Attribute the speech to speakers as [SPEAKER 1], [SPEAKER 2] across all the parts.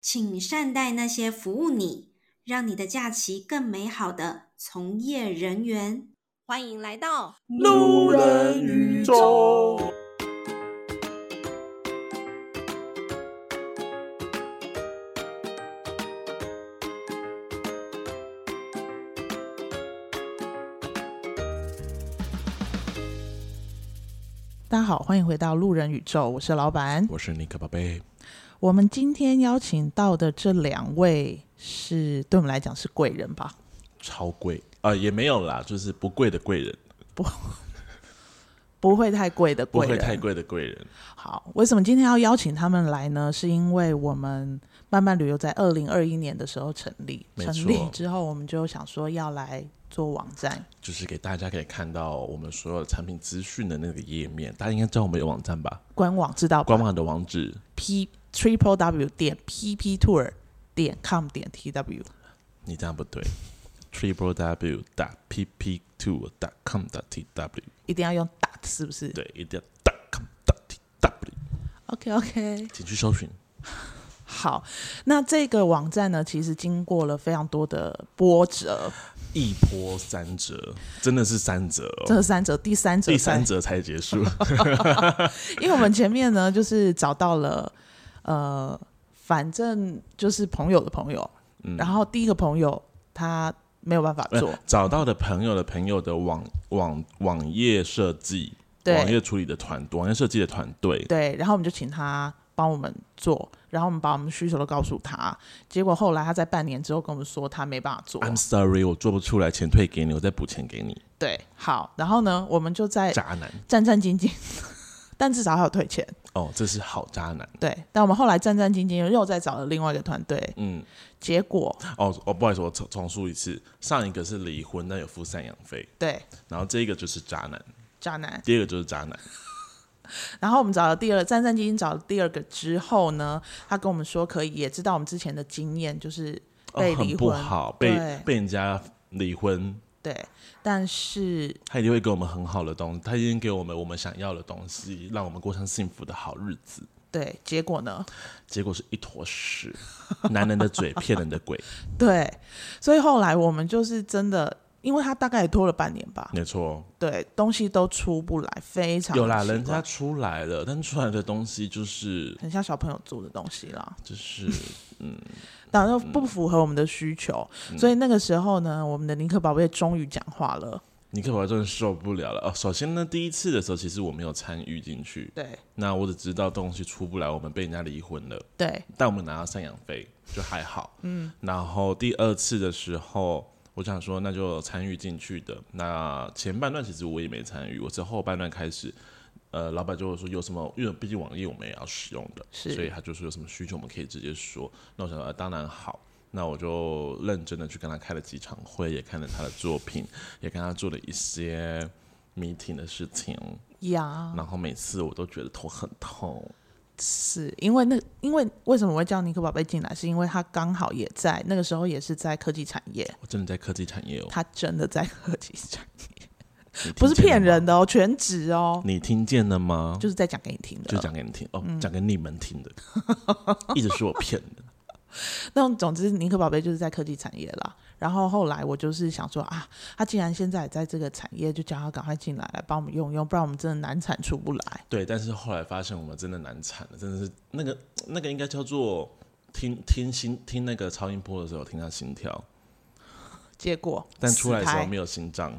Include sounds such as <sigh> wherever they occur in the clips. [SPEAKER 1] 请善待那些服务你，让你的假期更美好的从业人员。欢迎来到
[SPEAKER 2] 路人宇宙。
[SPEAKER 3] 大家好，欢迎回到路人宇宙，我是老板。
[SPEAKER 2] 我是尼克宝贝，
[SPEAKER 3] 我们今天邀请到的这两位是对我们来讲是贵人吧？
[SPEAKER 2] 超贵啊、也没有啦，就是不贵的贵人，
[SPEAKER 3] 不会太贵的
[SPEAKER 2] 不
[SPEAKER 3] 贵
[SPEAKER 2] 会
[SPEAKER 3] 人。
[SPEAKER 2] 太贵的贵人。
[SPEAKER 3] 好，为什么今天要邀请他们来呢？是因为我们慢慢旅游在二零二一年的时候成立，
[SPEAKER 2] 没
[SPEAKER 3] 成
[SPEAKER 2] 错
[SPEAKER 3] 立之后我们就想说要来做网站。
[SPEAKER 2] 就是给大家可以看到我们所有产品资讯的那个页面，大家应该知道我们有网站吧？
[SPEAKER 3] 官网知道吧
[SPEAKER 2] 官网的网址
[SPEAKER 3] p triple w 点 p p tour 点 com 点 t w
[SPEAKER 2] 你这样不对，triple w dot p p two dot com dot t w，
[SPEAKER 3] 一定要用 dot 是不是？
[SPEAKER 2] 对，一定要 dot com dot t w，
[SPEAKER 3] OK OK，
[SPEAKER 2] 请去搜寻。
[SPEAKER 3] 好，那这个网站呢，其实经过了非常多的波折，
[SPEAKER 2] 一波三折，真的是三折哦，
[SPEAKER 3] 这三者第三者
[SPEAKER 2] 第三
[SPEAKER 3] 者，
[SPEAKER 2] 折才结束。
[SPEAKER 3] 因为我们前面呢就是找到了，呃，反正就是朋友的朋友，
[SPEAKER 2] 嗯
[SPEAKER 3] 然后第一个朋友他没有办法
[SPEAKER 2] 呃
[SPEAKER 3] 做，
[SPEAKER 2] 找到的朋友的朋友的网网网页设计，
[SPEAKER 3] 对
[SPEAKER 2] 网页处理的团网页设计的团队，
[SPEAKER 3] 对，然后我们就请他帮我们做，然后我们把我们需求都告诉他，结果后来他在半年之后跟我们说他没办法做，
[SPEAKER 2] I'm sorry，我做不出来，钱退给你，我再补钱给你。
[SPEAKER 3] 对，好，然后呢，我们就在
[SPEAKER 2] 渣男
[SPEAKER 3] 战战兢 <laughs> 兢，但至少还有退钱。
[SPEAKER 2] 哦，这是好渣男。
[SPEAKER 3] 对，但我们后来战战兢兢又再找了另外一个团队，
[SPEAKER 2] 嗯，
[SPEAKER 3] 结果
[SPEAKER 2] 哦，哦，不好意思，我重重述一次，上一个是离婚，但有付赡养费，
[SPEAKER 3] 对
[SPEAKER 2] 然后这一个就是渣男，
[SPEAKER 3] 渣男。
[SPEAKER 2] 第二个就是渣男，
[SPEAKER 3] 然后我们找了第二战战兢兢找了第二个之后呢，他跟我们说可以，也知道我们之前的经验就是
[SPEAKER 2] 哦
[SPEAKER 3] 被，离
[SPEAKER 2] 很不
[SPEAKER 3] 婚，
[SPEAKER 2] 好，被
[SPEAKER 3] 对
[SPEAKER 2] 被人家离婚，
[SPEAKER 3] 对，但是
[SPEAKER 2] 他一定会给我们很好的东西，他一定给我们我们想要的东西，让我们过上幸福的好日子。
[SPEAKER 3] 对结果呢，
[SPEAKER 2] 结果是一坨屎， <laughs> 男人的嘴骗人的鬼，
[SPEAKER 3] 对，所以后来我们就是真的。因为他大概也拖了半年吧，
[SPEAKER 2] 没错。
[SPEAKER 3] 对，东西都出不来，非常
[SPEAKER 2] 嗯有啦，
[SPEAKER 3] 奇
[SPEAKER 2] 人
[SPEAKER 3] 怪
[SPEAKER 2] 家出来了，但出来的东西就是
[SPEAKER 3] 很像小朋友做的东西
[SPEAKER 2] 嗯
[SPEAKER 3] 啦。
[SPEAKER 2] 就是
[SPEAKER 3] 然后
[SPEAKER 2] 嗯
[SPEAKER 3] 不符合我们的需求，所以那个时候呢，我们的尼克宝贝终于讲话了。
[SPEAKER 2] 尼克宝真的受不了了哦。首先呢，第一次的时候其实我没有参与进去，
[SPEAKER 3] 对
[SPEAKER 2] 那我只知道东西出不来，我们被人家离婚了，
[SPEAKER 3] 对
[SPEAKER 2] 但我们拿到赡养费就还好。嗯，然后第二次的时候。我想说，那就参与进去的。那前半段其实我也没参与，我是后半段开始，呃，老板就会说有什么，因为毕竟网页我们也要使用的，
[SPEAKER 3] 是
[SPEAKER 2] 所以他就说有什么需求我们可以直接说。那我想说，呃、当然好，那我就认真的去跟他开了几场会，也看了他的作品，也跟他做了一些 meeting 的事情。
[SPEAKER 3] 呀，
[SPEAKER 2] 然后每次我都觉得头很痛，
[SPEAKER 3] 是因为那因为为什么我会叫尼克宝贝进来，是因为他刚好也在那个时候也是在科技产业，
[SPEAKER 2] 我真的在科技产业哦，
[SPEAKER 3] 他真的在科技产业，
[SPEAKER 2] 你
[SPEAKER 3] 不是
[SPEAKER 2] 听见了
[SPEAKER 3] 骗
[SPEAKER 2] 吗
[SPEAKER 3] 人的哦，全职哦，
[SPEAKER 2] 你听见了吗？
[SPEAKER 3] 就是呃嗯在讲给你听的。
[SPEAKER 2] 就讲给你听哦，讲给你们
[SPEAKER 3] <laughs>
[SPEAKER 2] 听的，一直说我骗的。
[SPEAKER 3] 那总之，尼克宝贝就是在科技产业啦。然后后来我就是想说啊，他既然现在也在这个产业，就叫他赶快进来来帮我们用用，不然我们真的难产出不来。
[SPEAKER 2] 对，但是后来发现我们真的难产了，真的是那个那个应该叫做听听心听那个超音波的时候听他心跳，
[SPEAKER 3] 结果
[SPEAKER 2] 但出来的时
[SPEAKER 3] 死
[SPEAKER 2] 候
[SPEAKER 3] 胎
[SPEAKER 2] 没有心
[SPEAKER 3] <laughs>
[SPEAKER 2] 脏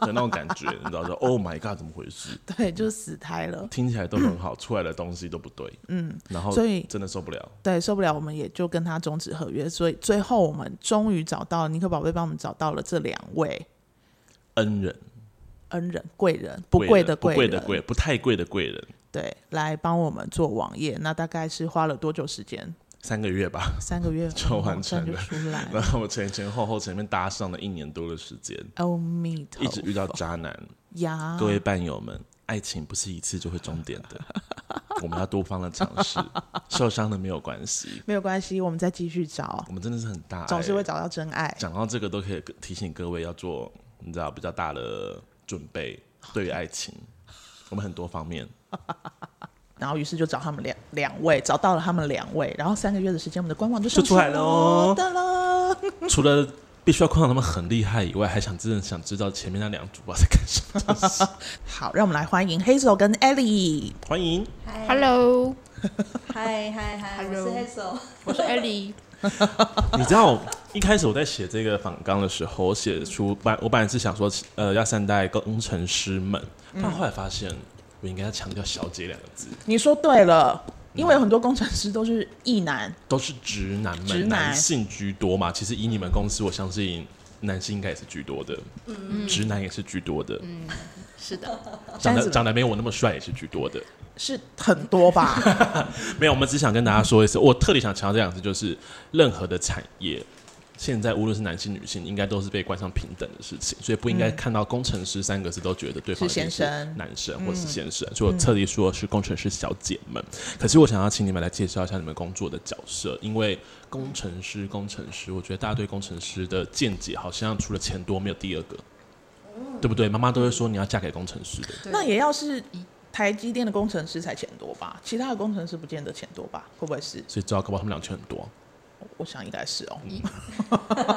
[SPEAKER 2] 的那种感觉，你知道说 Oh my God，怎么回事？
[SPEAKER 3] 对，就是死胎了。
[SPEAKER 2] 听起来都很好，出来的东西都不对，嗯，然后
[SPEAKER 3] 所以
[SPEAKER 2] 真的受不了，
[SPEAKER 3] 对，受不了，我们也就跟他终止合约。所以最后我们终于找到尼克宝贝，帮我们找到了这两位
[SPEAKER 2] 恩人
[SPEAKER 3] 恩人、贵人，不
[SPEAKER 2] 贵
[SPEAKER 3] 贵
[SPEAKER 2] 人
[SPEAKER 3] 的
[SPEAKER 2] 不
[SPEAKER 3] 贵
[SPEAKER 2] 的贵，不太贵的贵人，
[SPEAKER 3] 对，来帮我们做网页。那大概是花了多久时间？
[SPEAKER 2] 三个月吧。 <laughs>
[SPEAKER 3] 三个月
[SPEAKER 2] 就完成
[SPEAKER 3] 网站就
[SPEAKER 2] 了
[SPEAKER 3] 出来
[SPEAKER 2] 然
[SPEAKER 3] 了。
[SPEAKER 2] 后我前前后后前面搭上了一年多的时间，
[SPEAKER 3] 阿弥陀
[SPEAKER 2] 一直
[SPEAKER 3] 佛
[SPEAKER 2] 遇到渣男。
[SPEAKER 3] 呀！
[SPEAKER 2] 各位伴友们，爱情不是一次就会终点
[SPEAKER 3] <laughs>
[SPEAKER 2] 的，我们要多方的尝试，受伤了没有关系，
[SPEAKER 3] 没有关系，我们再继续找，
[SPEAKER 2] 我们真的是很大、欸，
[SPEAKER 3] 总是会找到真爱。
[SPEAKER 2] 讲到这个都可以提醒各位要做，你知道比较大的准备，对于爱情，我们很多方面。
[SPEAKER 3] 然后于是就找他们两两位，找到了他们两位，然后三个月的时间，我们的官网就
[SPEAKER 2] 就
[SPEAKER 3] 上
[SPEAKER 2] 出来了哦
[SPEAKER 3] 哒啦，
[SPEAKER 2] 除了必须要看到他们很厉害以外，还想真的想知道前面那两组吧在干什么东
[SPEAKER 3] <laughs>
[SPEAKER 2] 西。
[SPEAKER 3] 好，让我们来欢迎 Hazel 跟 Ellie。
[SPEAKER 2] 欢迎，
[SPEAKER 4] Hello，
[SPEAKER 1] 嗨嗨嗨，我是
[SPEAKER 4] Hello
[SPEAKER 1] Hazel。
[SPEAKER 4] 我是 Ellie。
[SPEAKER 2] 你知道一开始我在写这个访纲的时候，我写出本来我本来是想说呃要善待工程师们，但后来发现我应该要强调“小姐”两个字，
[SPEAKER 3] 你说对了，因为有很多工程师都是异男，
[SPEAKER 2] 都是直男们，
[SPEAKER 3] 直男
[SPEAKER 2] 男性居多嘛。其实以你们公司，我相信男性应该也是居多的，
[SPEAKER 3] 嗯
[SPEAKER 2] 直男也是居多的，
[SPEAKER 4] 是的，
[SPEAKER 2] 长
[SPEAKER 3] 但
[SPEAKER 2] 得
[SPEAKER 3] 是
[SPEAKER 2] 长得没有我那么帅也是居多的。
[SPEAKER 3] 是很多吧？
[SPEAKER 2] 没有，我们只想跟大家说一次，我特别想强调这两个字，就是任何的产业，现在无论是男性女性，应该都是被冠上平等的事情，所以不应该看到工程师三个字都觉得对方一定
[SPEAKER 3] 是先生嗯
[SPEAKER 2] 男生或是先生，所以我特地说是工程师小姐们。可是我想要请你们来介绍一下你们工作的角色，因为工程师，工程师，我觉得大家对工程师的见解好像除了钱多没有第二个。对不对？妈妈都会说你要嫁给工程师的，
[SPEAKER 3] 那也要是台积电的工程师才钱多吧？其他的工程师不见得钱多吧？会不会是？
[SPEAKER 2] 所以知道搞不好他们两圈很
[SPEAKER 3] <laughs>
[SPEAKER 2] 多。
[SPEAKER 3] 我想应该是哦。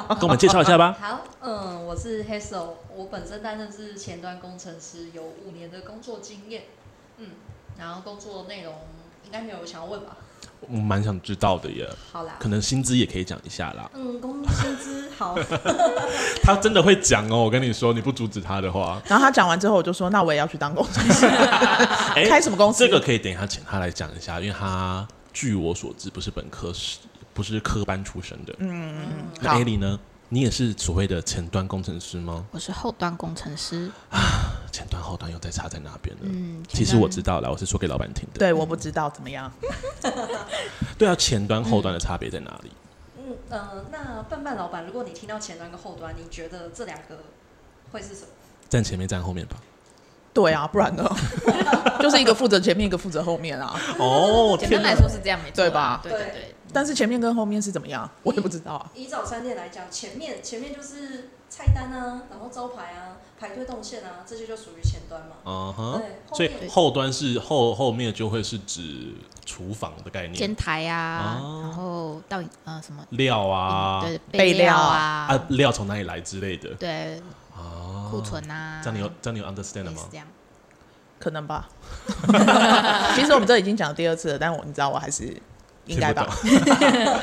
[SPEAKER 2] 跟我们介绍一下吧。
[SPEAKER 5] 好，嗯，我是 Hazel，我本身担任是前端工程师，有五年的工作经验，嗯，然后工作内容应该没有想要问吧？
[SPEAKER 2] 我蛮想知道的耶。
[SPEAKER 5] 好啦，
[SPEAKER 2] 可能薪资也可以讲一下啦。
[SPEAKER 5] 嗯，工薪资 <laughs> 好，
[SPEAKER 2] 他真的会讲哦，我跟你说，你不阻止他的话，
[SPEAKER 3] 然后他讲完之后，我就说：“那我也要去当工程
[SPEAKER 2] <laughs>
[SPEAKER 3] 师，<laughs>
[SPEAKER 2] 哎、
[SPEAKER 3] 开什么公司？”
[SPEAKER 2] 这个可以等一下请他来讲一下，因为他据我所知不是本科是，不是科班出身的。嗯，那
[SPEAKER 3] 好
[SPEAKER 2] a l 呢？你也是所谓的前端工程师吗？
[SPEAKER 4] 我是后端工程师。
[SPEAKER 2] 前端后端又在差在哪边呢？
[SPEAKER 4] 嗯，
[SPEAKER 2] 其实我知道了，我是说给老板听的。
[SPEAKER 3] 对，我不知道怎么样。
[SPEAKER 2] 对啊，前端后端的差别在哪里？
[SPEAKER 5] 嗯呃，那半半老板，如果你听到前端跟后端，你觉得这两个会是什么？
[SPEAKER 2] 站前面站后面吧。
[SPEAKER 3] 对啊，不然呢？ <laughs> 就是一个负责前面，一个负责后面啊。
[SPEAKER 2] 哦，
[SPEAKER 4] 简
[SPEAKER 2] 天哪
[SPEAKER 4] 单来！说是这样，没错，啊
[SPEAKER 3] 对吧
[SPEAKER 4] 对对对，
[SPEAKER 3] 但是前面跟后面是怎么样，我也不知道啊。
[SPEAKER 5] 以早餐店来讲，前面前面就是菜单啊，然后招牌啊，排队动线啊，这些就属于前端嘛。
[SPEAKER 2] 嗯哼，
[SPEAKER 5] 对，后
[SPEAKER 2] 所以
[SPEAKER 5] 面
[SPEAKER 2] 后端是后后面就会是指厨房的概
[SPEAKER 4] 煎
[SPEAKER 2] 念，
[SPEAKER 4] 台啊，
[SPEAKER 2] 哦
[SPEAKER 4] 然后到呃什么
[SPEAKER 2] 料啊，
[SPEAKER 4] 对
[SPEAKER 3] 备
[SPEAKER 4] 备
[SPEAKER 3] 料
[SPEAKER 4] 料
[SPEAKER 2] 啊
[SPEAKER 4] 啊，，
[SPEAKER 2] 料从哪里来之类的
[SPEAKER 4] 对
[SPEAKER 2] 啊
[SPEAKER 4] 库存啊，
[SPEAKER 2] 这样你有这样你有 understand 了
[SPEAKER 4] 类
[SPEAKER 2] 吗
[SPEAKER 4] 似？这样，
[SPEAKER 3] 可能吧。 <laughs> 其实我们这已经讲了第二次了，但我你知道我还是应该吧？
[SPEAKER 2] 听不懂。 <laughs>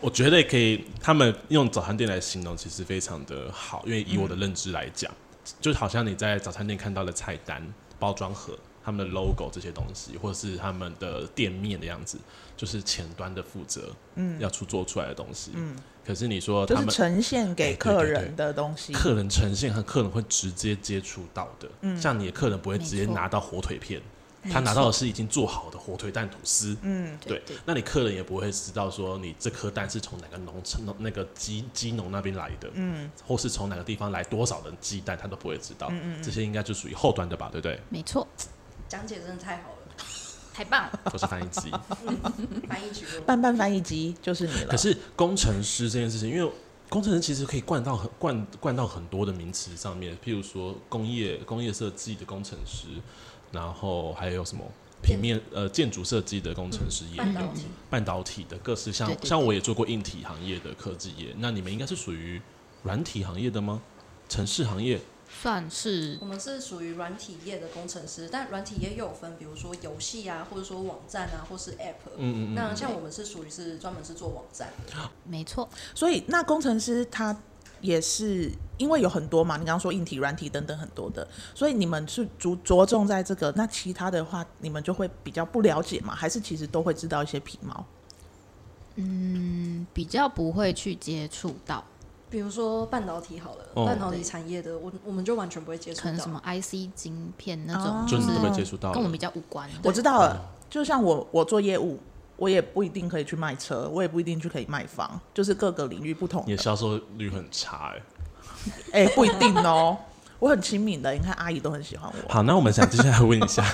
[SPEAKER 2] 我觉得可以，他们用早餐店来形容，其实非常的好，因为以我的认知来
[SPEAKER 3] 嗯
[SPEAKER 2] 讲，就好像你在早餐店看到的菜单、包装盒、他们的 logo 这些东西，或者是他们的店面的样子，就是前端的负责，嗯，要出做出来的东西，嗯。可是你说
[SPEAKER 3] 就
[SPEAKER 2] 他
[SPEAKER 3] 是
[SPEAKER 2] 们
[SPEAKER 3] 呈现
[SPEAKER 2] 哎
[SPEAKER 3] 给
[SPEAKER 2] 对
[SPEAKER 3] 客
[SPEAKER 2] 对对
[SPEAKER 3] 人的东西。
[SPEAKER 2] 客人呈现和客人会直接接触到的，像你的客人不会直接
[SPEAKER 4] 嗯没错
[SPEAKER 2] 拿到火腿片，他拿到的是已经做好的火腿蛋吐司，
[SPEAKER 3] 嗯，
[SPEAKER 2] 对，
[SPEAKER 4] 对，
[SPEAKER 2] 那你客人也不会知道说你这颗蛋是从哪个农场、农那个鸡鸡农那边来的，嗯，或是从哪个地方来多少的鸡蛋，他都不会知
[SPEAKER 4] 嗯
[SPEAKER 2] 道。这些应该就属于后端的吧，对不对？
[SPEAKER 4] 没错，
[SPEAKER 5] 讲解真的太好了，
[SPEAKER 4] 太棒了，
[SPEAKER 2] 都是翻译机。
[SPEAKER 5] 翻译局了。
[SPEAKER 3] 半半翻译机就是你了。
[SPEAKER 2] 可是工程师这件事情，因为工程师其实可以灌到很灌灌到很多的名词上面，譬如说工业工业设计的工程师，然后还有什么平面呃建筑设计的工程师也有，
[SPEAKER 4] 嗯
[SPEAKER 5] 半导体
[SPEAKER 2] 半导体的各式像
[SPEAKER 4] 对对对
[SPEAKER 2] 像我也做过硬体行业的科技业，那你们应该是属于软体行业的吗？城市行业
[SPEAKER 4] 算是
[SPEAKER 5] 我们是属于软体业的工程师，但软体业又有分，比如说游戏啊，或者说网站啊，或是 App。
[SPEAKER 2] 嗯嗯嗯
[SPEAKER 5] 那像我们是属于是专门是做网站，
[SPEAKER 4] 没错，
[SPEAKER 3] 所以那工程师他也是因为有很多嘛，你刚刚说硬体、软体等等很多的，所以你们是着着重在这个，那其他的话你们就会比较不了解嘛，还是其实都会知道一些皮毛？
[SPEAKER 4] 嗯，比较不会去接触到，
[SPEAKER 5] 比如说半导体好了，
[SPEAKER 2] 哦
[SPEAKER 5] 半导体产业的，我我们就完全不会接触
[SPEAKER 4] 可能什
[SPEAKER 5] 到。
[SPEAKER 4] 么 IC 晶片那
[SPEAKER 3] 哦
[SPEAKER 4] 种，
[SPEAKER 2] 就
[SPEAKER 4] 就
[SPEAKER 2] 你
[SPEAKER 4] 是
[SPEAKER 2] 都没接触到的，
[SPEAKER 4] 跟我们比较无关的，
[SPEAKER 3] 我知道了，就像我我做业务。我也不一定可以去卖车，我也不一定去可以卖房，就是各个领域不同
[SPEAKER 2] 你
[SPEAKER 3] 的
[SPEAKER 2] 的。销售率很差哎、
[SPEAKER 3] 哎、不一定哦，我很亲民的，你看阿姨都很喜欢我。
[SPEAKER 2] 好，那我们
[SPEAKER 4] <laughs> 嗯
[SPEAKER 2] 想接下来问一下，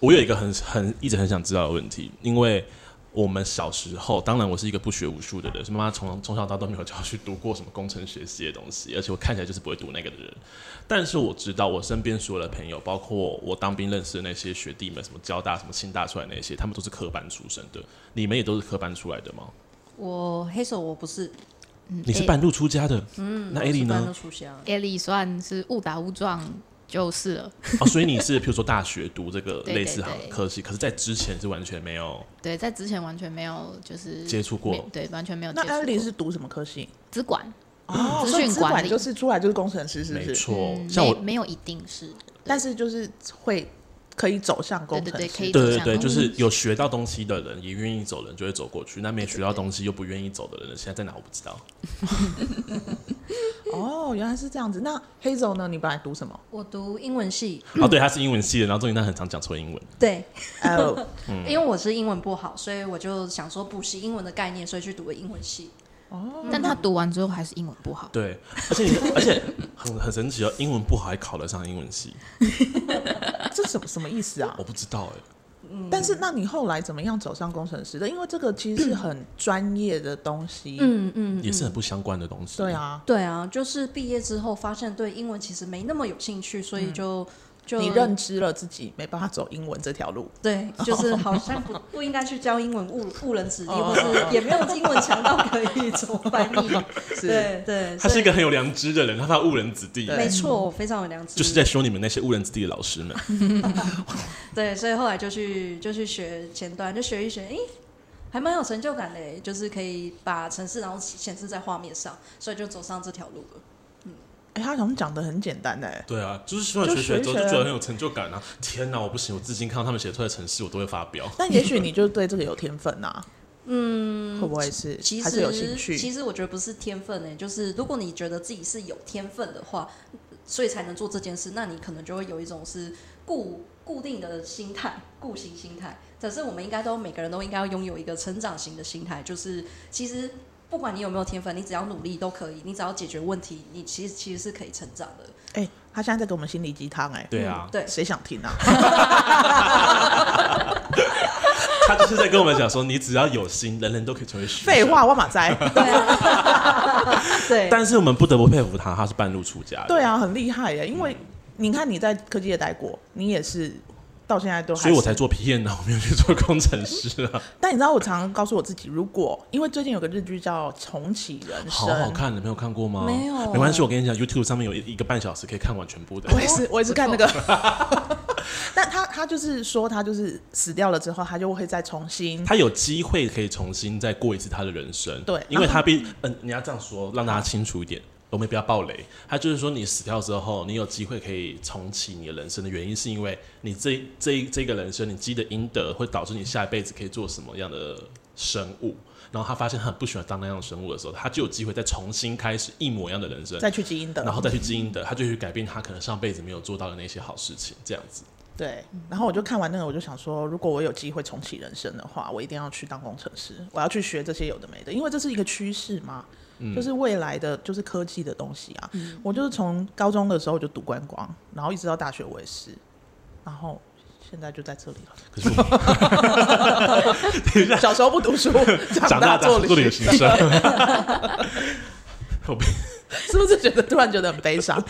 [SPEAKER 2] 我有一个很很一直很想知道的问题，因为我们小时候，当然我是一个不学无术的人，是妈妈从从小到大都没有教我去读过什么工程学系的东西，而且我看起来就是不会读那个的人。但是我知道我身边所有的朋友，包括我当兵认识的那些学弟们，什么交大、什么清大出来的那些，他们都是科班出身的。你们也都是科班出来的吗？
[SPEAKER 5] 我黑手我不是，
[SPEAKER 4] 嗯
[SPEAKER 2] 你是半路出家的，嗯，那艾莉
[SPEAKER 5] 班都
[SPEAKER 2] 呢？
[SPEAKER 5] 出现啊了。
[SPEAKER 4] 艾莉算是误打误撞就是了，
[SPEAKER 2] 哦，所以你是譬如说大学读这个
[SPEAKER 4] <laughs> 对对
[SPEAKER 2] 类似行
[SPEAKER 4] 对
[SPEAKER 2] 科系，可是在之前是完全没有
[SPEAKER 4] 对，在之前完全没有就是
[SPEAKER 2] 接触过
[SPEAKER 4] 没对，完全没有接
[SPEAKER 3] 那
[SPEAKER 4] 触过。
[SPEAKER 3] 艾莉是读什么科系？
[SPEAKER 4] 资管，
[SPEAKER 3] 哦，
[SPEAKER 4] 资
[SPEAKER 3] 所以
[SPEAKER 4] 讯
[SPEAKER 3] 资
[SPEAKER 4] 管
[SPEAKER 3] 管
[SPEAKER 4] 理
[SPEAKER 3] 就是出来就是工程师，是
[SPEAKER 2] 没
[SPEAKER 3] 不是？
[SPEAKER 2] 错
[SPEAKER 4] 嗯，
[SPEAKER 2] 哦像
[SPEAKER 4] 没
[SPEAKER 2] 我
[SPEAKER 4] 没有一定是，
[SPEAKER 3] 但是就是会可以走向工
[SPEAKER 4] 对
[SPEAKER 3] 程
[SPEAKER 4] 对对可以
[SPEAKER 3] 师。
[SPEAKER 2] 对对
[SPEAKER 4] 走向
[SPEAKER 2] 对，
[SPEAKER 4] 工
[SPEAKER 2] 就是
[SPEAKER 4] 程
[SPEAKER 2] 有学到东西的人，也愿意走的人就会走过去；那没学到东西又不愿意走的人，现在在哪我不知道。
[SPEAKER 3] 哦，原来是这样子。那黑总呢？你本来读什么？
[SPEAKER 5] 我读英文系，
[SPEAKER 2] 哦，对，他是英文系的，然后中间他很常讲错英文。
[SPEAKER 5] 对，
[SPEAKER 3] 哦，
[SPEAKER 2] 嗯
[SPEAKER 5] 因为我是英文不好，所以我就想说补习英文的概念，所以去读了英文系。
[SPEAKER 3] 哦
[SPEAKER 4] 但他读完之后还是英文不好。
[SPEAKER 2] 对，而且你，而且很很神奇哦，英文不好还考得上英文系，
[SPEAKER 3] 这什么什么意思啊
[SPEAKER 2] 我？不知道哎、
[SPEAKER 3] 但是那你后来怎么样走上工程师的？因为这个其实是很专业的东西。，
[SPEAKER 5] 嗯嗯，
[SPEAKER 2] 也是很不相关的东西。
[SPEAKER 3] 对，啊。
[SPEAKER 5] 对啊，就是毕业之后发现对英文其实没那么有兴趣，所以就、就
[SPEAKER 3] 你认知了自己没办法走英文这条路，
[SPEAKER 5] 对， <laughs> 就是好像不不应该去教英文误误人子弟，
[SPEAKER 3] 哦
[SPEAKER 5] 或是也没有英文强到可以做翻 <laughs> 译。对对，
[SPEAKER 2] 他
[SPEAKER 5] 所
[SPEAKER 2] 是
[SPEAKER 5] 以
[SPEAKER 2] 一个很有良知的人，他怕误人子弟，欸
[SPEAKER 5] 没错，我非常有良知。
[SPEAKER 2] 就是在说你们那些误人子弟的老师们。
[SPEAKER 5] 对，所以后来就去就去学前端，就学一学，诶，还蛮有成就感的，就是可以把城市然后显示在画面上，所以就走上这条路了。
[SPEAKER 3] 哎、他好像讲的很简单哎、
[SPEAKER 2] 对啊，就是希望
[SPEAKER 3] 就
[SPEAKER 2] 学学
[SPEAKER 3] 学
[SPEAKER 2] 之后
[SPEAKER 3] 学
[SPEAKER 2] 就
[SPEAKER 3] 啊
[SPEAKER 2] 觉得很有成就感啊！天哪，我不行，我至今看到他们写出来的程式，我都会发飙。
[SPEAKER 3] 但也许你就对这个有天分呐、嗯，会不会是？
[SPEAKER 5] 其
[SPEAKER 3] 还
[SPEAKER 5] 实
[SPEAKER 3] 是有兴趣？
[SPEAKER 5] 其实我觉得不是天分呢，就是如果你觉得自己是有天分的话，所以才能做这件事，那你可能就会有一种是固固定的心态，固行心态。可是我们应该都每个人都应该要拥有一个成长型的心态，就是其实不管你有没有天分，你只要努力都可以，你只要解决问题，你其实其实是可以成长的。
[SPEAKER 3] 哎、他现在在给我们心理鸡汤哎。
[SPEAKER 2] 对啊，
[SPEAKER 5] 对，
[SPEAKER 3] 谁想听啊？
[SPEAKER 2] 他就是在跟我们讲说，你只要有心，人人都可以成为学。
[SPEAKER 3] 废，话，我马在。
[SPEAKER 2] <laughs>
[SPEAKER 5] 对啊，对，
[SPEAKER 2] 但是我们不得不佩服他，他是半路出家的。
[SPEAKER 3] 对，啊，很厉害耶！因为你看你在科技业待过，你也是到现在都还，
[SPEAKER 2] 所以我才。做 P N 呢，我没有去做工程师啊，
[SPEAKER 3] 但你知道，我常常告诉我自己，如果因为最近有个日剧叫《重启人生
[SPEAKER 2] 好》，好看，你没有看过吗？
[SPEAKER 5] 没有
[SPEAKER 2] 没关系，我跟你讲，YouTube 上面有一一个半小时可以看完全部的。
[SPEAKER 3] 我也是，我也是看那个。 <laughs> 但他他就是说，他就是死掉了之后，他就会再重新。
[SPEAKER 2] 他有机会可以重新再过一次他的人生，
[SPEAKER 3] 对
[SPEAKER 2] 因为他毕，嗯、你要这样说，让大家清楚一点，我们不要暴雷。他就是说，你死掉之后，你有机会可以重启你的人生的原因，是因为你这这这个人生你积的阴德，会导致你下一辈子可以做什么样的生物。然后他发现他很不喜欢当那样的生物的时候，他就有机会再重新开始一模一样的人生，
[SPEAKER 3] 再去基因的，
[SPEAKER 2] 然后再去基因的，他就去改变他可能上辈子没有做到的那些好事情，这样子。
[SPEAKER 3] 对，
[SPEAKER 4] 嗯
[SPEAKER 3] 然后我就看完那个，我就想说，如果我有机会重启人生的话，我一定要去当工程师，我要去学这些有的没的，因为这是一个趋势嘛，
[SPEAKER 2] 嗯
[SPEAKER 3] 就是未来的就是科技的东西啊。我就是从高中的时候就读观光，然后一直到大学我也是，然后现在就在这里了。 <laughs>
[SPEAKER 2] 可是 <laughs> 我们等一下，
[SPEAKER 3] 小时候不读书，
[SPEAKER 2] 长大
[SPEAKER 3] 大
[SPEAKER 2] 做
[SPEAKER 3] 旅
[SPEAKER 2] 旅
[SPEAKER 3] 行，
[SPEAKER 2] 行社。 <laughs> 我被
[SPEAKER 3] <laughs> 是不是觉得突然觉得很悲
[SPEAKER 2] <laughs>
[SPEAKER 3] 伤，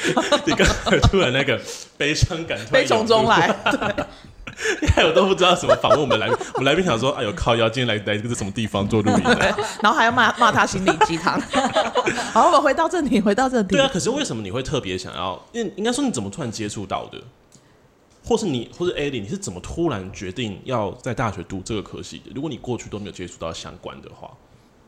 [SPEAKER 2] 你刚才突然那个悲伤感突然
[SPEAKER 3] 悲从中来？
[SPEAKER 2] 涌入，还有都不知道怎么访问我们来宾。 <laughs> 我们来宾想说：“哎呦靠腰，今天来来这个什么地方做录音啊
[SPEAKER 3] <laughs> <laughs> 然后还要骂骂他心理鸡
[SPEAKER 2] <laughs>
[SPEAKER 3] 汤。好，我们回到正题，回到正？”题。
[SPEAKER 2] 对啊，可是为什么你会特别想要？应应该说你怎么突然接触到的，或是你或是艾莉，你是怎么突然决定要在大学读这个科系的？如果你过去都没有接触到相关的话，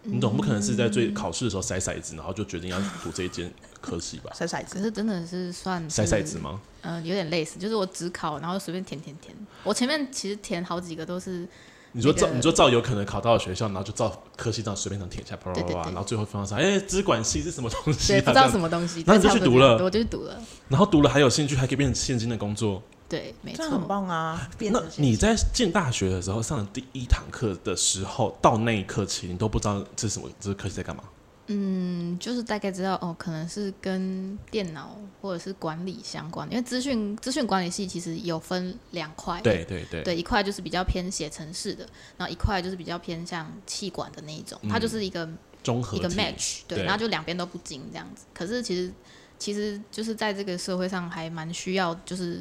[SPEAKER 2] 你总不可能是在
[SPEAKER 3] 嗯
[SPEAKER 2] 最考试的时候筛骰子，然后就决定要读这一间科系吧？
[SPEAKER 3] 甩骰
[SPEAKER 4] 可
[SPEAKER 3] 子，
[SPEAKER 4] 是真的是算是
[SPEAKER 2] 筛骰子吗？
[SPEAKER 4] 嗯、有点类似，就是我只考，然后随便填填填。我前面其实填好几个都是，
[SPEAKER 2] 你说
[SPEAKER 4] 那
[SPEAKER 2] 照
[SPEAKER 4] 个
[SPEAKER 2] 你说照有可能考到的学校，然后就照科系这样随便这样填一下，啪啪
[SPEAKER 4] 对
[SPEAKER 2] 啪
[SPEAKER 4] 对
[SPEAKER 2] 啪，
[SPEAKER 4] 对
[SPEAKER 2] 然后最后分到上，哎，资管系是什么东西、
[SPEAKER 4] 对，
[SPEAKER 2] 啊？
[SPEAKER 4] 不知道
[SPEAKER 2] 这样
[SPEAKER 4] 什么东西，
[SPEAKER 2] 然后你就去
[SPEAKER 4] 差不多
[SPEAKER 2] 读了
[SPEAKER 4] 这样我就去读了，
[SPEAKER 2] 然后读了还有兴趣，还可以变成现金的工作。
[SPEAKER 4] 对，没
[SPEAKER 3] 这
[SPEAKER 4] 错，
[SPEAKER 3] 样很棒啊！
[SPEAKER 5] 变
[SPEAKER 2] 那
[SPEAKER 5] 成现
[SPEAKER 2] 你
[SPEAKER 5] 实
[SPEAKER 2] 在进大学的时候上的第一堂课的时候，到那一刻起，你都不知道这是什么，这科系在干嘛？
[SPEAKER 4] 嗯，就是大概知道哦，可能是跟电脑或者是管理相关的，因为资讯资讯管理系其实有分两块，
[SPEAKER 2] 对对对，
[SPEAKER 4] 哎对，一块就是比较偏写程式的，然后一块就是比较偏向气管的那一种，它
[SPEAKER 2] 嗯
[SPEAKER 4] 就是一个
[SPEAKER 2] 综合
[SPEAKER 4] 一个
[SPEAKER 2] 体
[SPEAKER 4] match，对，
[SPEAKER 2] 对
[SPEAKER 4] 然后就两边都不精这样子。可是其实其实就是在这个社会上还蛮需要，就是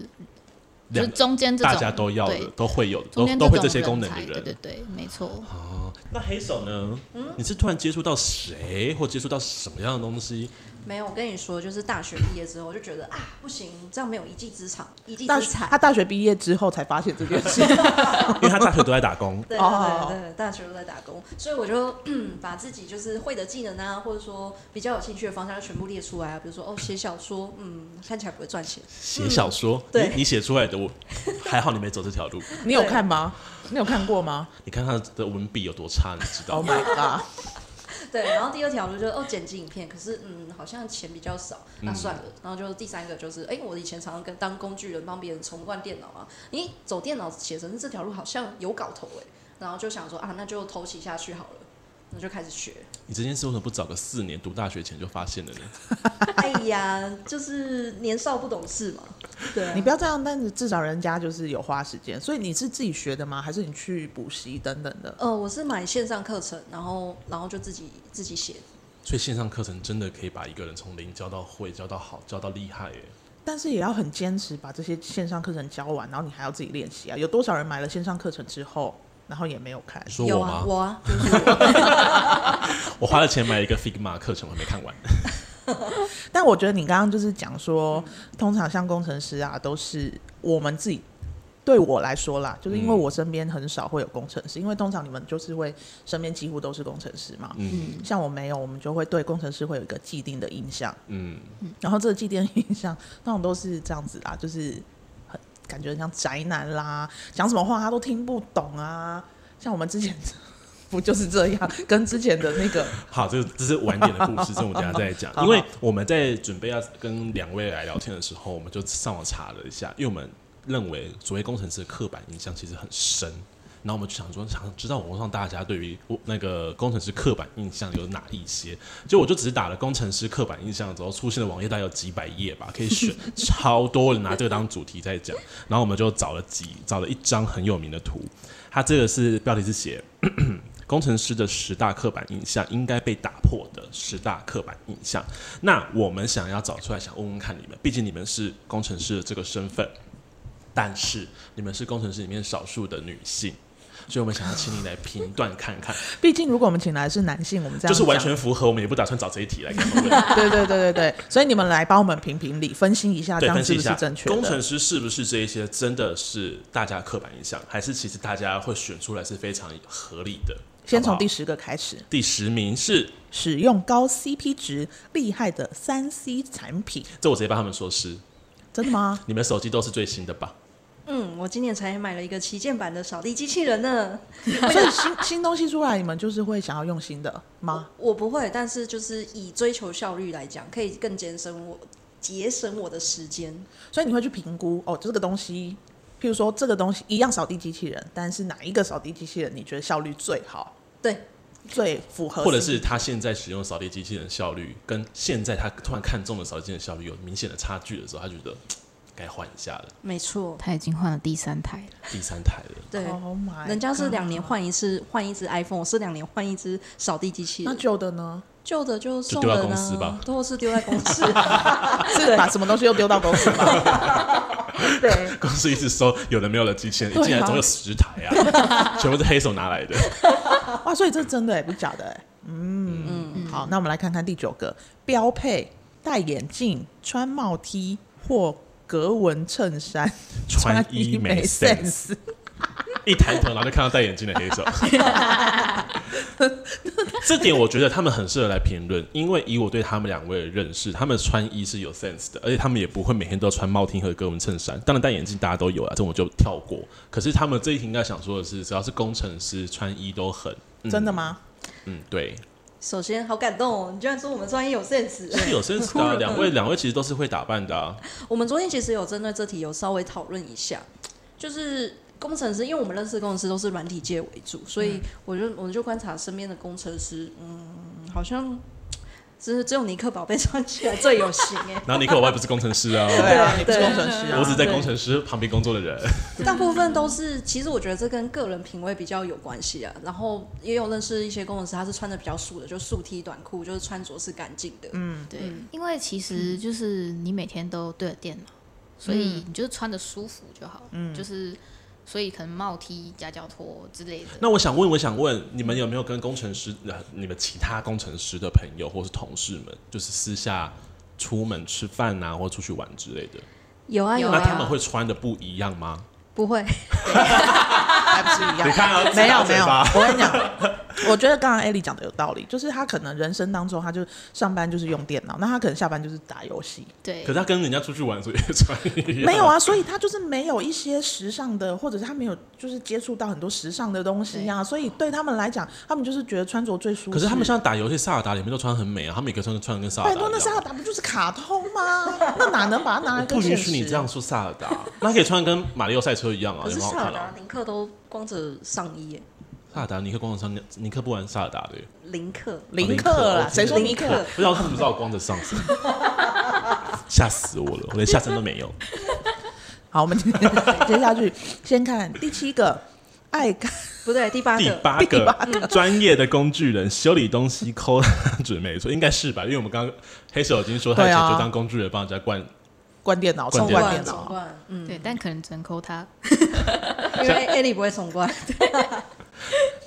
[SPEAKER 4] 就是
[SPEAKER 2] 两
[SPEAKER 4] 中间这种
[SPEAKER 2] 大家都要的
[SPEAKER 4] 对，
[SPEAKER 2] 都会有的，
[SPEAKER 4] 中
[SPEAKER 2] 都
[SPEAKER 4] 间
[SPEAKER 2] 都会这
[SPEAKER 4] 种
[SPEAKER 2] 些功能
[SPEAKER 4] 才
[SPEAKER 2] 的
[SPEAKER 4] 对对嗯
[SPEAKER 2] 人。
[SPEAKER 4] 对，没错。
[SPEAKER 2] 那黑手呢？你是突然接触到谁，或接触到什么样的东西？
[SPEAKER 5] 没有，我跟你说，就是大学毕业之后，我就觉得啊，不行，这样没有一技之长，一技
[SPEAKER 3] 大
[SPEAKER 5] 之才，
[SPEAKER 3] 他。大学毕啊业之后才发现这件事，
[SPEAKER 2] 因为他大学都在打工
[SPEAKER 5] 对
[SPEAKER 3] 哦
[SPEAKER 5] 对对对，大学都在打工，所以我就 <clears throat> 把自己就是会的技能啊，或者说比较有兴趣的方向全部列出来啊，比如说哦写小说，嗯，看起来不会赚钱，
[SPEAKER 2] 写小说，
[SPEAKER 5] 嗯对
[SPEAKER 2] 你你写出来的，我还好你没走这条路。
[SPEAKER 3] <laughs> 你有看吗？ <laughs> 你有看过吗
[SPEAKER 2] 你看他的文笔有多差，你知道
[SPEAKER 3] ？Oh
[SPEAKER 2] 吗？
[SPEAKER 3] my god！
[SPEAKER 5] 对，然后第二条路就是哦剪辑影片，可是嗯好像钱比较少，
[SPEAKER 3] 嗯
[SPEAKER 5] 那算了。然后就第三个就是，哎，我以前常常跟当工具人帮别人重灌电脑啊，咦走电脑写成这条路好像有搞头哎、然后就想说啊那就偷袭下去好了，那就开始
[SPEAKER 3] <laughs>
[SPEAKER 5] 学。
[SPEAKER 2] <laughs> 你这件事为什么不早个四年读大学前就发现了呢？
[SPEAKER 5] 哎呀，就是年少不懂事嘛，对、啊
[SPEAKER 3] <laughs> 你。不要这样，但是至少人家就是有花时间，所以你是自己学的吗？还是你去补习等等的？
[SPEAKER 5] 呃，我是买线上课程，然后然后就自己自己写。
[SPEAKER 2] 所以线上课程真的可以把一个人从零教到会，教到好，教到厉害耶！
[SPEAKER 3] 但是也要很坚持把这些线上课程教完，然后你还要自己练习啊！有多少人买了线上课程之后，然后也没有看
[SPEAKER 2] 你？说
[SPEAKER 5] 有
[SPEAKER 2] 我
[SPEAKER 5] 啊
[SPEAKER 2] 吗，？
[SPEAKER 5] 我啊，就是我 <laughs>
[SPEAKER 2] 我花了钱买了一个 Figma 课程，我还没看完。
[SPEAKER 3] 但我觉得你刚刚就是讲说，
[SPEAKER 2] 嗯
[SPEAKER 3] 通常像工程师啊，都是我们自己。对我来说啦，就是因为
[SPEAKER 2] 嗯
[SPEAKER 3] 我身边很少会有工程师，因为通常你们就是会身边几乎都是工程师嘛。
[SPEAKER 2] 嗯
[SPEAKER 3] 像我没有，我们就会对工程师会有一个既定的印象，
[SPEAKER 2] 嗯，
[SPEAKER 3] 然后这个祭奠印象那种都是这样子啦，就是很感觉很像宅男啦，讲什么话他都听不懂啊。像我们之前 <laughs> 不就是这样，跟之前的那个
[SPEAKER 2] 好，这这是晚点的故事，这我们等一下再讲。因为我们在准备要跟两位来聊天的时候，我们就上网查了一下，因为我们认为所谓工程师的刻板印象其实很深。然后我们就想说，想知道网络上大家对于我那个工程师刻板印象有哪一些？就我就只是打了工程师刻板印象之后，出现的网页大概有几百页吧，可以选超多人拿这个当主题在讲。然后我们就找了几找了一张很有名的图，它这个是标题是写工程师的十大刻板印象应该被打破的十大刻板印象。那我们想要找出来，想问问看你们，毕竟你们是工程师的这个身份，但是你们是工程师里面少数的女性。所以我们想要请你来评断看看，
[SPEAKER 3] 毕竟如果我们请来的是男性，我们这样
[SPEAKER 2] 就是完
[SPEAKER 3] 讲
[SPEAKER 2] 全符合，我们也不打算找这一题来看。
[SPEAKER 3] <laughs> 对对对对对，所以你们来帮我们评评理，分析一下这
[SPEAKER 2] 对，
[SPEAKER 3] 样
[SPEAKER 2] 分析
[SPEAKER 3] 是
[SPEAKER 2] 一
[SPEAKER 3] 不是
[SPEAKER 2] 下
[SPEAKER 3] 正确的？
[SPEAKER 2] 工程师是不是这一些真的是大家刻板印象，还是其实大家会选出来是非常合理的？
[SPEAKER 3] 先
[SPEAKER 2] 好不
[SPEAKER 3] 从
[SPEAKER 2] 好
[SPEAKER 3] 第十个开始，
[SPEAKER 2] 第十名是
[SPEAKER 3] 使用高 CP 值厉害的三 C 产品，
[SPEAKER 2] 这，我直接帮他们说是，
[SPEAKER 3] 真
[SPEAKER 2] <laughs>
[SPEAKER 3] 的吗？
[SPEAKER 2] 你们手机都是最新的吧？
[SPEAKER 5] 嗯，我今年才买了一个旗舰版的扫地机器人呢。
[SPEAKER 3] 所以新新东西出来，你们就是会想要用新的吗？
[SPEAKER 5] 我不会，但是就是以追求效率来讲，可以更节省我节省我的时间。
[SPEAKER 3] 所以你会去评估哦，这个东西，譬如说这个东西一样扫地机器人，但是哪一个扫地机器人你觉得效率最好，
[SPEAKER 5] 对，
[SPEAKER 3] 最符合，
[SPEAKER 2] 或者 <laughs> 是他现在使用扫地机器人的效率，跟现在他突然看中的扫地机器人效率有明显的差距的时候，他觉得嘖嗯该换一下了。
[SPEAKER 5] 没错，
[SPEAKER 4] 他已经换了第三台了，
[SPEAKER 2] 第三台了， <laughs>
[SPEAKER 5] 对，
[SPEAKER 3] ？Oh my，
[SPEAKER 5] 人家是两年
[SPEAKER 3] God
[SPEAKER 5] 换一次换一只 iPhone，我是两年换一只扫地机器
[SPEAKER 3] 那
[SPEAKER 5] 人。
[SPEAKER 3] 旧的呢？
[SPEAKER 5] 旧的就送
[SPEAKER 2] 就丢到
[SPEAKER 5] 人
[SPEAKER 2] 公司
[SPEAKER 5] 啊
[SPEAKER 2] 吧，
[SPEAKER 5] 都是丢在公司。 <laughs>
[SPEAKER 3] 是把什么东西又丢到公司吧？
[SPEAKER 2] <laughs>
[SPEAKER 3] <laughs> 对，
[SPEAKER 2] 公司一直收有的没有的机器人，一进
[SPEAKER 3] 对
[SPEAKER 2] 来
[SPEAKER 3] 啊
[SPEAKER 2] 总有十台啊，全部是黑手拿来的。
[SPEAKER 3] <laughs> 哇，所以这真的哎，不是假的哎。嗯嗯，好，那我们来看看第九个标配：戴眼镜、穿帽 T 或格纹衬 <laughs> 衫、
[SPEAKER 2] 穿衣没 sense，
[SPEAKER 3] sense。
[SPEAKER 2] 一抬头然后就看到戴眼镜的黑手。这点我觉得他们很适合来评论，因为以我对他们两位的认识，他们穿衣是有 sense 的，而且他们也不会每天都穿帽 T 和格纹衬衫。当然戴眼镜大家都有啊，这我就跳过。可是他们这一题应该想说的是，只要是工程师穿衣都很、嗯
[SPEAKER 3] <laughs> 真的？吗？
[SPEAKER 2] 嗯，对，
[SPEAKER 5] 首先，好感动哦！你居然说我们专业有 sense。
[SPEAKER 2] 是有 sense 的啊、两位两位其实都是会打扮的、啊，
[SPEAKER 5] 我们昨天其实有针对这题有稍微讨论一下，就是工程师，因为我们认识的工程师都是软体界为主，所以我就我们就观察身边的工程师，嗯，好像只是只有尼克宝贝穿起来最有型
[SPEAKER 2] <laughs>
[SPEAKER 5] 哎、
[SPEAKER 2] 然后尼克我爸不是工程师啊，
[SPEAKER 3] 对啊，你不
[SPEAKER 5] 对
[SPEAKER 3] 是工程师啊，
[SPEAKER 2] 我只在工程师旁边工作的人。
[SPEAKER 5] 大部分都是，其实我觉得这跟个人品味比较有关系啊。然后也有认识一些工程师，他是穿的比较素的，就素 T 短裤，就是穿着是干净的。
[SPEAKER 3] 嗯，
[SPEAKER 4] 对，因为其实就是你每天都对着电脑，所以你就穿的舒服就好。嗯，就是所以可能帽 T 夹脚拖之类的。
[SPEAKER 2] 那我想问，我想问你们有没有跟工程师、呃你们其他工程师的朋友或是同事们，就是私下出门吃饭啊，或出去玩之类的？
[SPEAKER 5] 有啊
[SPEAKER 4] 有啊
[SPEAKER 2] 那他们会穿的不一样
[SPEAKER 5] <laughs>
[SPEAKER 2] 吗？
[SPEAKER 5] 不会？
[SPEAKER 3] 还不是一样？
[SPEAKER 2] 你看啊，
[SPEAKER 3] <laughs> 没
[SPEAKER 2] 自打
[SPEAKER 3] 有没
[SPEAKER 2] 嘴
[SPEAKER 3] 有，
[SPEAKER 2] 巴
[SPEAKER 3] 我跟你讲，我觉得刚刚艾莉讲的有道理，就是他可能人生当中，他就上班就是用电脑，那他可能下班就是打游戏，
[SPEAKER 4] 对
[SPEAKER 2] 可是，他跟人家出去玩，所以也穿一样。
[SPEAKER 3] 没有啊，所以他就是没有一些时尚的，或者是他没有就是接触到很多时尚的东西啊，所以对他们来讲，他们就是觉得穿着最舒适。
[SPEAKER 2] 可是他们像打游戏，萨尔达里面都穿很美啊，他们也可以穿穿的跟萨尔达
[SPEAKER 3] 拜
[SPEAKER 2] 一样。
[SPEAKER 3] 托，那
[SPEAKER 5] 啊
[SPEAKER 3] 萨尔达不就是卡通吗？那哪能把它拿
[SPEAKER 2] 我
[SPEAKER 3] 来跟
[SPEAKER 2] 不允
[SPEAKER 3] 现
[SPEAKER 2] 许
[SPEAKER 3] 实？
[SPEAKER 2] 你这样说萨尔达，那他可以穿得跟马里奥赛车一样啊，
[SPEAKER 5] 可
[SPEAKER 2] 有
[SPEAKER 5] 是
[SPEAKER 2] 没有好
[SPEAKER 5] 萨尔
[SPEAKER 2] 看
[SPEAKER 5] 达
[SPEAKER 2] 啊？
[SPEAKER 5] 林克都光着上衣耶、
[SPEAKER 2] 萨尔达尼克光着上，尼克不玩萨尔达的耶。
[SPEAKER 5] 林克
[SPEAKER 3] 林克啦，
[SPEAKER 2] 哦
[SPEAKER 3] 谁说尼克？
[SPEAKER 2] 不知道他们不知道我光着上身， <laughs> 吓死我了，我连下身都没有。
[SPEAKER 3] 好，我们接下去先看第七个，爱看
[SPEAKER 5] 不对，第八
[SPEAKER 2] 第
[SPEAKER 5] 个。
[SPEAKER 2] 八
[SPEAKER 3] 第八
[SPEAKER 2] 个专业的工具人修理东西抠准没错，应该是吧？因为我们刚刚黑手已经说他以
[SPEAKER 3] 对啊
[SPEAKER 2] 前就当工具人帮人家灌，
[SPEAKER 3] 关电脑，
[SPEAKER 2] 关
[SPEAKER 3] 重
[SPEAKER 5] 重
[SPEAKER 2] 电
[SPEAKER 3] 关
[SPEAKER 2] 脑
[SPEAKER 3] 电
[SPEAKER 5] 冠，
[SPEAKER 3] 脑
[SPEAKER 5] 重。冠，嗯，
[SPEAKER 4] 对，但可能只能扣他。
[SPEAKER 5] <laughs> 因为艾莉不会重冠，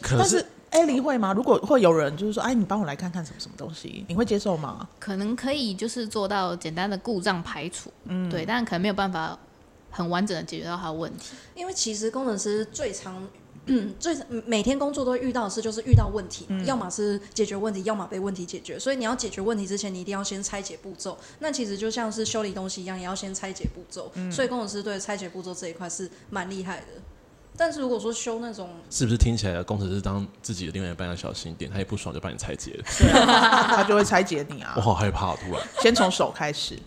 [SPEAKER 2] 可
[SPEAKER 3] 但
[SPEAKER 2] 是
[SPEAKER 3] 是艾莉会吗？如果会有人就是说，哎，你帮我来看看什么什么东西，你会接受吗？
[SPEAKER 4] 可能可以就是做到简单的故障排除，嗯，对，但可能没有办法很完整的解决到他的问题。
[SPEAKER 5] <laughs> 因为其实工程师最常。 <clears throat> 嗯，最每天工作都会遇到的事就是遇到问题，要么是解决问题，要么被问题解决。所以你要解决问题之前，你一定要先拆解步骤。那其实就像是修理东西一样，也要先拆解步骤。所以工程师对拆解步骤这一块是蛮厉害的。但是如果说修那种
[SPEAKER 2] 是不是听起来工程师当自己的另外一半要小心一点？他一不爽就把你拆解了，
[SPEAKER 3] <laughs> 他就会拆解你啊
[SPEAKER 2] 我。好害怕、啊，突然。 <laughs>
[SPEAKER 3] 先从手开始，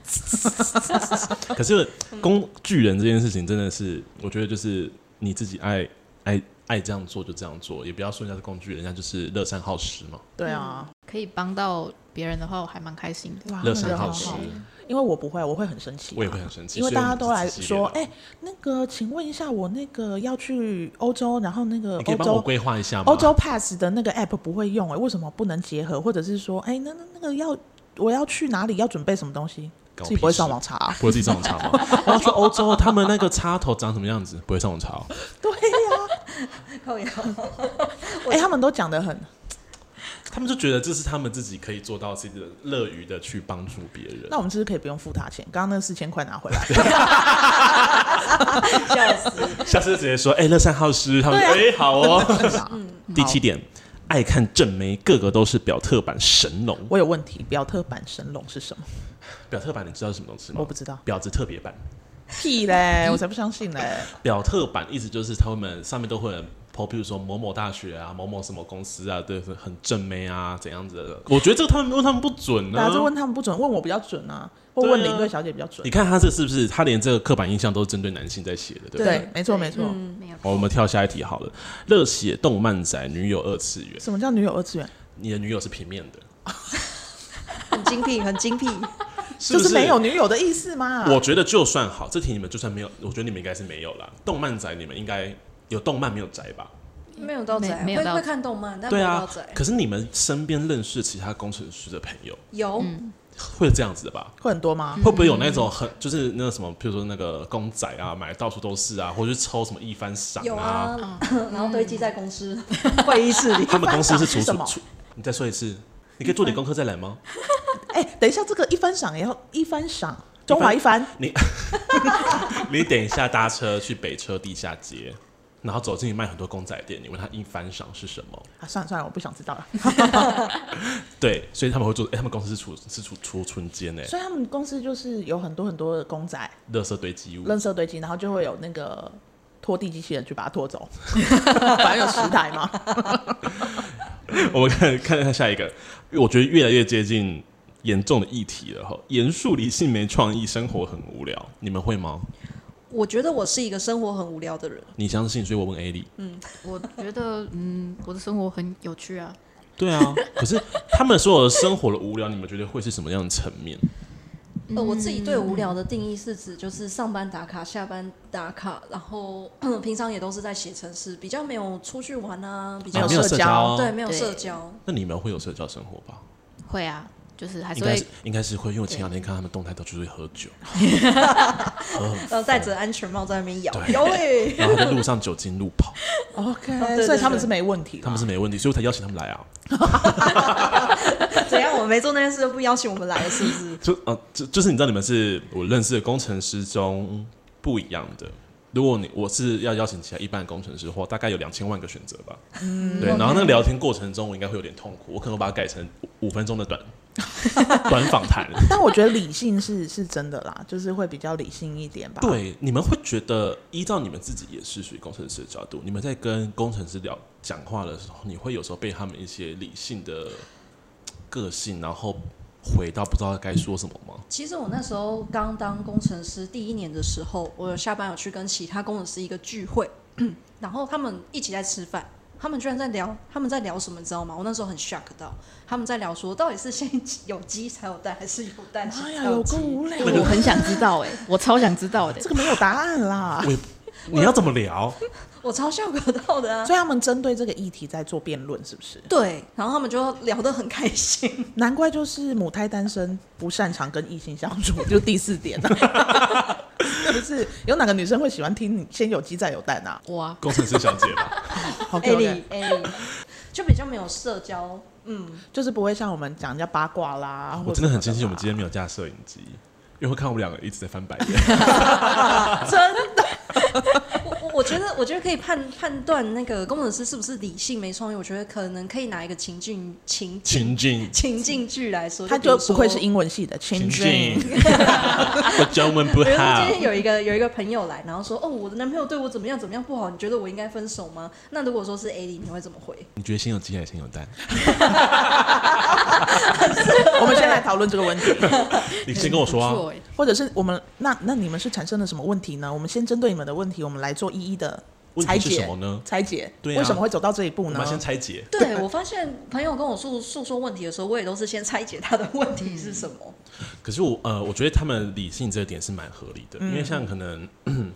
[SPEAKER 2] 可是工具人这件事情真的是，我觉得就是你自己爱爱爱这样做就这样做，也不要说人家是工具人，人家就是乐善好施嘛。
[SPEAKER 3] 对啊，
[SPEAKER 4] 可以帮到别人的话，我还蛮开心的。
[SPEAKER 3] 哇
[SPEAKER 2] 乐
[SPEAKER 3] 啊那个
[SPEAKER 2] 善好
[SPEAKER 3] 很
[SPEAKER 2] 施，
[SPEAKER 3] 因为我不会，我会很生气、啊
[SPEAKER 2] 我也会很生气，
[SPEAKER 3] 因为大家都来
[SPEAKER 2] 所以
[SPEAKER 3] 说，
[SPEAKER 2] 我们
[SPEAKER 3] 哎、那个，请问一下，我那个要去欧洲，然后那个
[SPEAKER 2] 你可以
[SPEAKER 3] 欧
[SPEAKER 2] 帮我
[SPEAKER 3] 洲
[SPEAKER 2] 规划一下吗？
[SPEAKER 3] 欧洲 Pass 的那个 App 不会用、哎，为什么不能结合？或者是说，哎、那那那个要我要去哪里，要准备什么东西？
[SPEAKER 2] 搞
[SPEAKER 3] 自己不会
[SPEAKER 2] 屁事
[SPEAKER 3] 上网查、啊
[SPEAKER 2] <laughs> ？不会自己上网查
[SPEAKER 3] <laughs>
[SPEAKER 2] 吗？我要去欧洲，他们那个插头长什么样子？不会上网查哦、
[SPEAKER 3] 对呀、
[SPEAKER 5] 靠摇，
[SPEAKER 3] 哎、他们都讲的很，
[SPEAKER 2] 他们就觉得这是他们自己可以做到自己的乐于的去帮助别人。
[SPEAKER 3] 那我们是不是可以不用付他钱？刚刚那四千块拿
[SPEAKER 2] <laughs>
[SPEAKER 3] 回来，
[SPEAKER 5] 笑死！
[SPEAKER 2] 下次就直接说，哎、乐善好施，他们说哎、
[SPEAKER 3] 啊
[SPEAKER 2] 好
[SPEAKER 3] <laughs>
[SPEAKER 2] 哦。第七点，爱看正妹，个个都是表特版神龙。
[SPEAKER 3] 我有问题，表特版神龙是什么？
[SPEAKER 2] 表特版你知道是什么东西吗？
[SPEAKER 3] 我不知道，
[SPEAKER 2] 婊子特别版，
[SPEAKER 3] 屁嘞，我才不
[SPEAKER 2] <laughs>
[SPEAKER 3] 相信嘞。
[SPEAKER 2] 表特版意思就是他们上面都会有人 po，比如说某某大学啊、某某什么公司啊，对，很正妹啊，怎样子的。我觉得这个他们问他们不准呢、
[SPEAKER 3] 大
[SPEAKER 2] 啊
[SPEAKER 3] 家。就问他们不准，问我比较准啊，或
[SPEAKER 2] 对啊
[SPEAKER 3] 问领队小姐比较准
[SPEAKER 2] 你。看他这是不是？他连这个刻板印象都是针对男性在写的，对不对？
[SPEAKER 3] 对，没错没错。
[SPEAKER 4] 嗯，没有
[SPEAKER 2] 好，我们跳下一题好了。热血动漫宅女友二次元，
[SPEAKER 3] 什么叫女友二次元？
[SPEAKER 2] 你的女友是平面的，
[SPEAKER 5] <laughs> 很精辟，很精辟。
[SPEAKER 2] 是不
[SPEAKER 3] 就是是没有？女友的意思嘛？
[SPEAKER 2] 我觉得就算好，这题你们就算没有，我觉得你们应该是没有啦。动漫宅你们应该有动漫没有宅吧？
[SPEAKER 5] 没有到啊宅，
[SPEAKER 4] 没有
[SPEAKER 5] 会
[SPEAKER 4] 到
[SPEAKER 5] 会看动漫，但没
[SPEAKER 2] 对
[SPEAKER 5] 有到
[SPEAKER 2] 啊
[SPEAKER 5] 宅。。
[SPEAKER 2] 可是你们身边认识其他工程师的朋友
[SPEAKER 5] 有
[SPEAKER 4] 嗯
[SPEAKER 2] 会这样子的吧？
[SPEAKER 3] 会很多吗？
[SPEAKER 2] <laughs> 会不会有那种很就是那个什么，譬如说那个公仔啊，买到处都是啊，或者是抽什么一番赏
[SPEAKER 5] 有
[SPEAKER 2] 啊？
[SPEAKER 5] 啊， <laughs> 嗯然后堆积在公司会议室里。
[SPEAKER 2] 他们公司是
[SPEAKER 3] 一番赏是
[SPEAKER 2] 处
[SPEAKER 3] 什
[SPEAKER 2] 处
[SPEAKER 3] 么
[SPEAKER 2] 处，你再说一次，你可以做点功课再来吗？
[SPEAKER 3] 哎、等一下，这个一番赏也要一番赏，中华一番
[SPEAKER 2] 你等一下搭车去北车地下街，然后走进去卖很多公仔店，你问他一番赏是什么？
[SPEAKER 3] 啊！算了算了，我不想知
[SPEAKER 2] <laughs>
[SPEAKER 3] 道了。
[SPEAKER 2] 对，所以他们会做，哎、他们公司是储是储储存间诶，
[SPEAKER 3] 所以他们公司就是有很多很多的公仔、
[SPEAKER 2] 垃圾堆积物。
[SPEAKER 3] 垃圾堆积，然后就会有那个拖地机器人去把它拖
[SPEAKER 2] <laughs>
[SPEAKER 3] 走，反正有十台嘛。
[SPEAKER 2] 我们看看看下一个，因为我觉得越来越接近严重的议题了哈。严肃理性没创意，生活很无聊，你们会吗？
[SPEAKER 5] 我觉得我是一个生活很无聊的人，
[SPEAKER 2] 你相信，所以我问 A 莉，
[SPEAKER 4] 我觉得嗯，我的生活很有趣啊，
[SPEAKER 2] 对啊，可是他们所有的生活的无聊，你们觉得会是什么样的层面？
[SPEAKER 5] 呃，我自己对无聊的定义是指就是上班打卡、下班打卡，然后 <clears throat> 平常也都是在写程式，比较没有出去玩啊，比
[SPEAKER 3] 没
[SPEAKER 5] 较
[SPEAKER 3] 有
[SPEAKER 2] 啊没有
[SPEAKER 3] 社
[SPEAKER 2] 社
[SPEAKER 3] 交
[SPEAKER 2] 交，
[SPEAKER 5] 对，没有
[SPEAKER 4] 对
[SPEAKER 5] 社交。
[SPEAKER 2] 那你们会有社交生活吧？
[SPEAKER 4] 会啊，就是还是
[SPEAKER 2] 应该
[SPEAKER 4] 会
[SPEAKER 2] 是应该是会，因为我前两天看他们动态都就是会喝酒，
[SPEAKER 5] 然后呃戴着安全帽在那边摇，哎
[SPEAKER 2] 对 <laughs>
[SPEAKER 5] 有诶、
[SPEAKER 2] 然后在路上酒精路跑，
[SPEAKER 3] OK，、
[SPEAKER 5] 对
[SPEAKER 3] 哦所以
[SPEAKER 5] 对
[SPEAKER 3] 他们
[SPEAKER 5] 对
[SPEAKER 3] 是没问题啦，
[SPEAKER 2] 他们是没问题，所以我才邀请他们来啊。？
[SPEAKER 5] 怎样？我们没做那件事就不邀请我们来了，是不是
[SPEAKER 2] 就呃，就就是你知道，你们是我认识的工程师中不一样的。如果你我是要邀请其他一般的工程师的话，大概有两千万个选择吧。嗯，对。然后那个聊天过程中，我应该会有点痛苦，我可能会把它改成五五分钟的短短访谈。
[SPEAKER 3] 但我觉得理性是是真的啦，就是会比较理性一点吧。，
[SPEAKER 2] 对，你们会觉得，依照你们自己也是属于工程师的角度，你们在跟工程师聊讲话的时候，你会有时候被他们一些理性的个性，然后回到不知道该说什么吗？
[SPEAKER 5] 其实我那时候刚当工程师第一年的时候，我有下班有去跟其他工程师一个聚会， <clears throat> 然后他们一起在吃饭，他们居然在聊，他们在聊什么，你知道吗？我那时候很 shock 到，他们在聊说到底是先有鸡才有蛋，还是有蛋
[SPEAKER 3] 妈
[SPEAKER 5] 才
[SPEAKER 3] 呀，有
[SPEAKER 5] 有
[SPEAKER 3] 够
[SPEAKER 5] 鸡？
[SPEAKER 3] 无聊，
[SPEAKER 4] 我很想知道哎、我超想知道的、
[SPEAKER 3] 这个没有答案啦。
[SPEAKER 2] 我也你要怎么聊？
[SPEAKER 5] 我超 shock 到的啊！
[SPEAKER 3] 所以他们针对这个议题在做辩论，是不
[SPEAKER 2] <laughs>
[SPEAKER 3] 是？
[SPEAKER 5] 对，然后他们就聊得很开心。
[SPEAKER 3] 难怪就是母胎单身不擅长跟异性相处，就第四点、
[SPEAKER 2] <laughs>
[SPEAKER 3] 不是有哪个女生会喜欢听你先有鸡再有蛋啊
[SPEAKER 4] 我啊，
[SPEAKER 2] 工程师小姐吧。
[SPEAKER 3] ？OK
[SPEAKER 5] 艾
[SPEAKER 3] OK，
[SPEAKER 5] 莉，艾莉， <laughs> 就比较没有社交。嗯，
[SPEAKER 3] 就是不会像我们讲人家八卦啦。
[SPEAKER 2] 我真的很庆
[SPEAKER 3] 庆
[SPEAKER 2] 幸
[SPEAKER 3] 幸
[SPEAKER 2] 我们今天没有架摄影机，因为会看我们两个一直在翻白眼。 <laughs>
[SPEAKER 3] <laughs>
[SPEAKER 5] 真的。我我我觉得，我觉得可以判判断那个工程师是不是理性没创意。我觉得可能可以拿一个情境情
[SPEAKER 2] 情境，
[SPEAKER 5] 情境剧来说，
[SPEAKER 3] 他
[SPEAKER 5] 就
[SPEAKER 3] 就
[SPEAKER 5] 比如
[SPEAKER 3] 不愧
[SPEAKER 5] 说
[SPEAKER 3] 是。英文系的，
[SPEAKER 2] 情
[SPEAKER 3] 情
[SPEAKER 2] 境，我中文不
[SPEAKER 5] 比如说
[SPEAKER 2] 好
[SPEAKER 5] 今。天有一个有一个朋友来，然后说：“哦，我的男朋友对我怎么样怎么样不好，你觉得我应该分手吗？”那如果说是 A 莉，你会怎么
[SPEAKER 3] <laughs>
[SPEAKER 5] 回？
[SPEAKER 2] 你觉得先有鸡还是先有蛋？
[SPEAKER 3] <laughs> 我们先来讨论这
[SPEAKER 2] <laughs>
[SPEAKER 3] 个问题，
[SPEAKER 2] 你先跟我说、
[SPEAKER 4] 不错
[SPEAKER 2] 啊。
[SPEAKER 4] 哎、
[SPEAKER 3] 或者是我们那那你们是产生了什么问题呢？我们先针对你们的问题，我们来做一一的
[SPEAKER 2] 问
[SPEAKER 3] 拆
[SPEAKER 2] 题是
[SPEAKER 3] 解
[SPEAKER 2] 什么呢？
[SPEAKER 3] 拆解，
[SPEAKER 2] 对啊
[SPEAKER 3] 为什么会走到这一步
[SPEAKER 2] 我
[SPEAKER 3] 呢
[SPEAKER 2] 们？先拆解。
[SPEAKER 5] 对我发现朋友跟我诉诉说问题的时候，我也都是先拆解他的问题是什么。
[SPEAKER 2] 可是我呃，我觉得他们理性这点是蛮合理的，因为像可能。 <clears throat>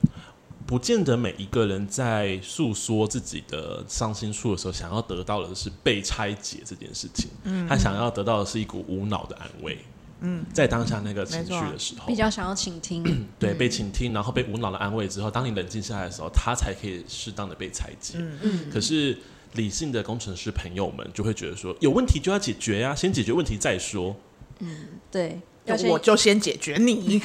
[SPEAKER 2] 不见得每一个人在诉说自己的伤心处的时候，想要得到的是被拆解这件事情。嗯，他想要得到的是一股无脑的安慰。嗯，在当下那个情
[SPEAKER 3] 没
[SPEAKER 2] 绪
[SPEAKER 3] 错啊
[SPEAKER 2] 的时候，
[SPEAKER 5] 比较想要
[SPEAKER 2] <clears throat>
[SPEAKER 5] 倾听。
[SPEAKER 2] 对，被倾听，然后被无脑的安慰之后，当你冷静下来的时候，他才可以适当的被裁解。
[SPEAKER 5] 嗯
[SPEAKER 2] 可是理性的工程师朋友们就会觉得说，有问题就要解决呀、先解决问题再说。
[SPEAKER 5] 对，
[SPEAKER 3] 就
[SPEAKER 5] 要先
[SPEAKER 3] 我就先解决你，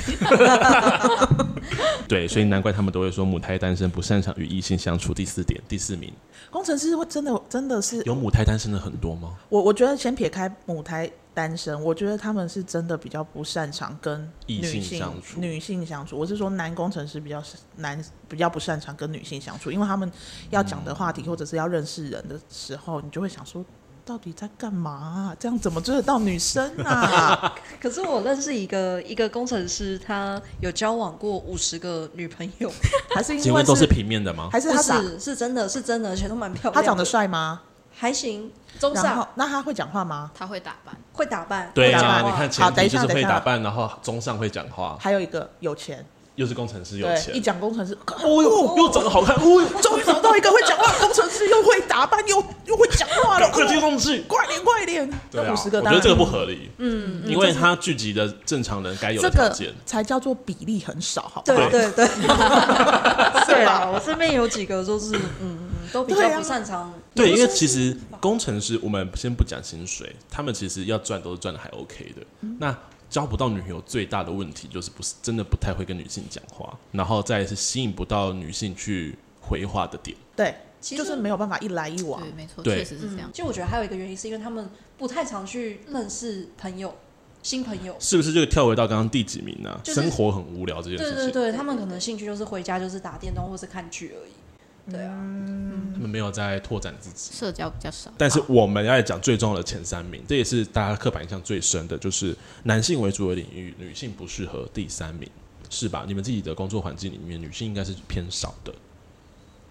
[SPEAKER 2] 对，所以难怪他们都会说母胎单身不擅长与异性相处。第四点，第四名，
[SPEAKER 3] 工程师会真的真的是
[SPEAKER 2] 有母胎单身的很多吗？
[SPEAKER 3] 我，我觉得先撇开母胎单身，我觉得他们是真的比较不擅长跟
[SPEAKER 2] 异
[SPEAKER 3] 女
[SPEAKER 2] 性
[SPEAKER 3] 性
[SPEAKER 2] 相处
[SPEAKER 3] 女性相处，我是说男工程师比较是男比较不擅长跟女性相处，因为他们要讲的话题或者是要认识人的时候，你就会想说。到底在干嘛啊、这样怎么追得到女生
[SPEAKER 2] <laughs>
[SPEAKER 3] 啊？
[SPEAKER 5] 可是我认识一个一个工程师，他有交往过五十个女朋友，
[SPEAKER 3] 还是因
[SPEAKER 2] 请
[SPEAKER 3] 为
[SPEAKER 2] 问都是平面的吗？
[SPEAKER 3] 还 <laughs> 是
[SPEAKER 5] 不
[SPEAKER 3] 他长
[SPEAKER 5] 是是真的是真的，而且都蛮漂亮的。
[SPEAKER 3] 他长得帅吗？
[SPEAKER 5] 还行，中
[SPEAKER 3] 然后
[SPEAKER 5] 上，
[SPEAKER 3] 那他会讲话吗？
[SPEAKER 4] 他会打扮，
[SPEAKER 5] 会打扮，
[SPEAKER 2] 对
[SPEAKER 5] 会
[SPEAKER 2] 啊，
[SPEAKER 3] 会打
[SPEAKER 5] 讲
[SPEAKER 3] 扮
[SPEAKER 2] 你
[SPEAKER 5] 话
[SPEAKER 2] 看
[SPEAKER 3] 好
[SPEAKER 2] 前
[SPEAKER 3] 等
[SPEAKER 2] 提
[SPEAKER 3] 一
[SPEAKER 2] 就
[SPEAKER 3] 下
[SPEAKER 2] 是
[SPEAKER 3] 等
[SPEAKER 2] 会
[SPEAKER 3] 一下
[SPEAKER 2] 打扮，然后中上会讲话，
[SPEAKER 3] 还有一个有钱，
[SPEAKER 2] 又是工程师有
[SPEAKER 3] 对，一
[SPEAKER 2] 钱，
[SPEAKER 3] 讲工程师，
[SPEAKER 2] 哦哟，又长得好看，哦哟，
[SPEAKER 3] 终于找到一个会讲话的工程师，又会打扮，又又会讲话了，
[SPEAKER 2] 快接
[SPEAKER 3] 哦
[SPEAKER 2] 上去。
[SPEAKER 3] 快点快点！
[SPEAKER 2] 对啊，
[SPEAKER 3] 五
[SPEAKER 2] 我
[SPEAKER 3] 十个
[SPEAKER 2] 觉
[SPEAKER 3] 当然，
[SPEAKER 2] 得这个不合理，
[SPEAKER 5] 嗯，
[SPEAKER 2] 因为他聚集的正常人该有
[SPEAKER 3] 这
[SPEAKER 2] 的条
[SPEAKER 3] 个
[SPEAKER 2] 件。
[SPEAKER 3] 才叫做比例很少，好不好？
[SPEAKER 5] 对对对，
[SPEAKER 3] <laughs>
[SPEAKER 5] 对啊
[SPEAKER 3] 吧
[SPEAKER 5] 啦，我身边有几个就是嗯，嗯都比
[SPEAKER 3] 啊对
[SPEAKER 5] 较
[SPEAKER 3] 啊
[SPEAKER 5] 不擅长。
[SPEAKER 2] 对，因为
[SPEAKER 5] 不是
[SPEAKER 2] 其实工程师，我们先不讲薪水，他们其实要赚都是赚的还 OK 的。
[SPEAKER 5] 嗯
[SPEAKER 2] 那交不到女朋友最大的问题就是不是真的不太会跟女性讲话，然后再来是吸引不到女性去回话的点。
[SPEAKER 3] 对，
[SPEAKER 5] 其
[SPEAKER 3] 就
[SPEAKER 5] 实
[SPEAKER 3] 是没有办法一来一往
[SPEAKER 4] 对，。没错，
[SPEAKER 2] 对
[SPEAKER 4] 确实是这样
[SPEAKER 5] 嗯，。就我觉得还有一个原因是因为他们不太常去认识朋友，新朋友。
[SPEAKER 2] 是不是就跳回到刚刚第几名呢、
[SPEAKER 5] 就是
[SPEAKER 2] 生活很无聊这件
[SPEAKER 5] 对
[SPEAKER 2] 事
[SPEAKER 5] 对
[SPEAKER 2] 情，
[SPEAKER 5] 对，他们可能兴趣就是回家就是打电动或是看剧而已。对啊，
[SPEAKER 2] 他们没有在拓展自己。
[SPEAKER 4] 社交比较少，
[SPEAKER 2] 但是我们要来讲最重要的前三名，这也是大家刻板印象最深的，就是男性为主的领域，女性不适合第三名，是吧？你们自己的工作环境里面，女性应该是偏少的。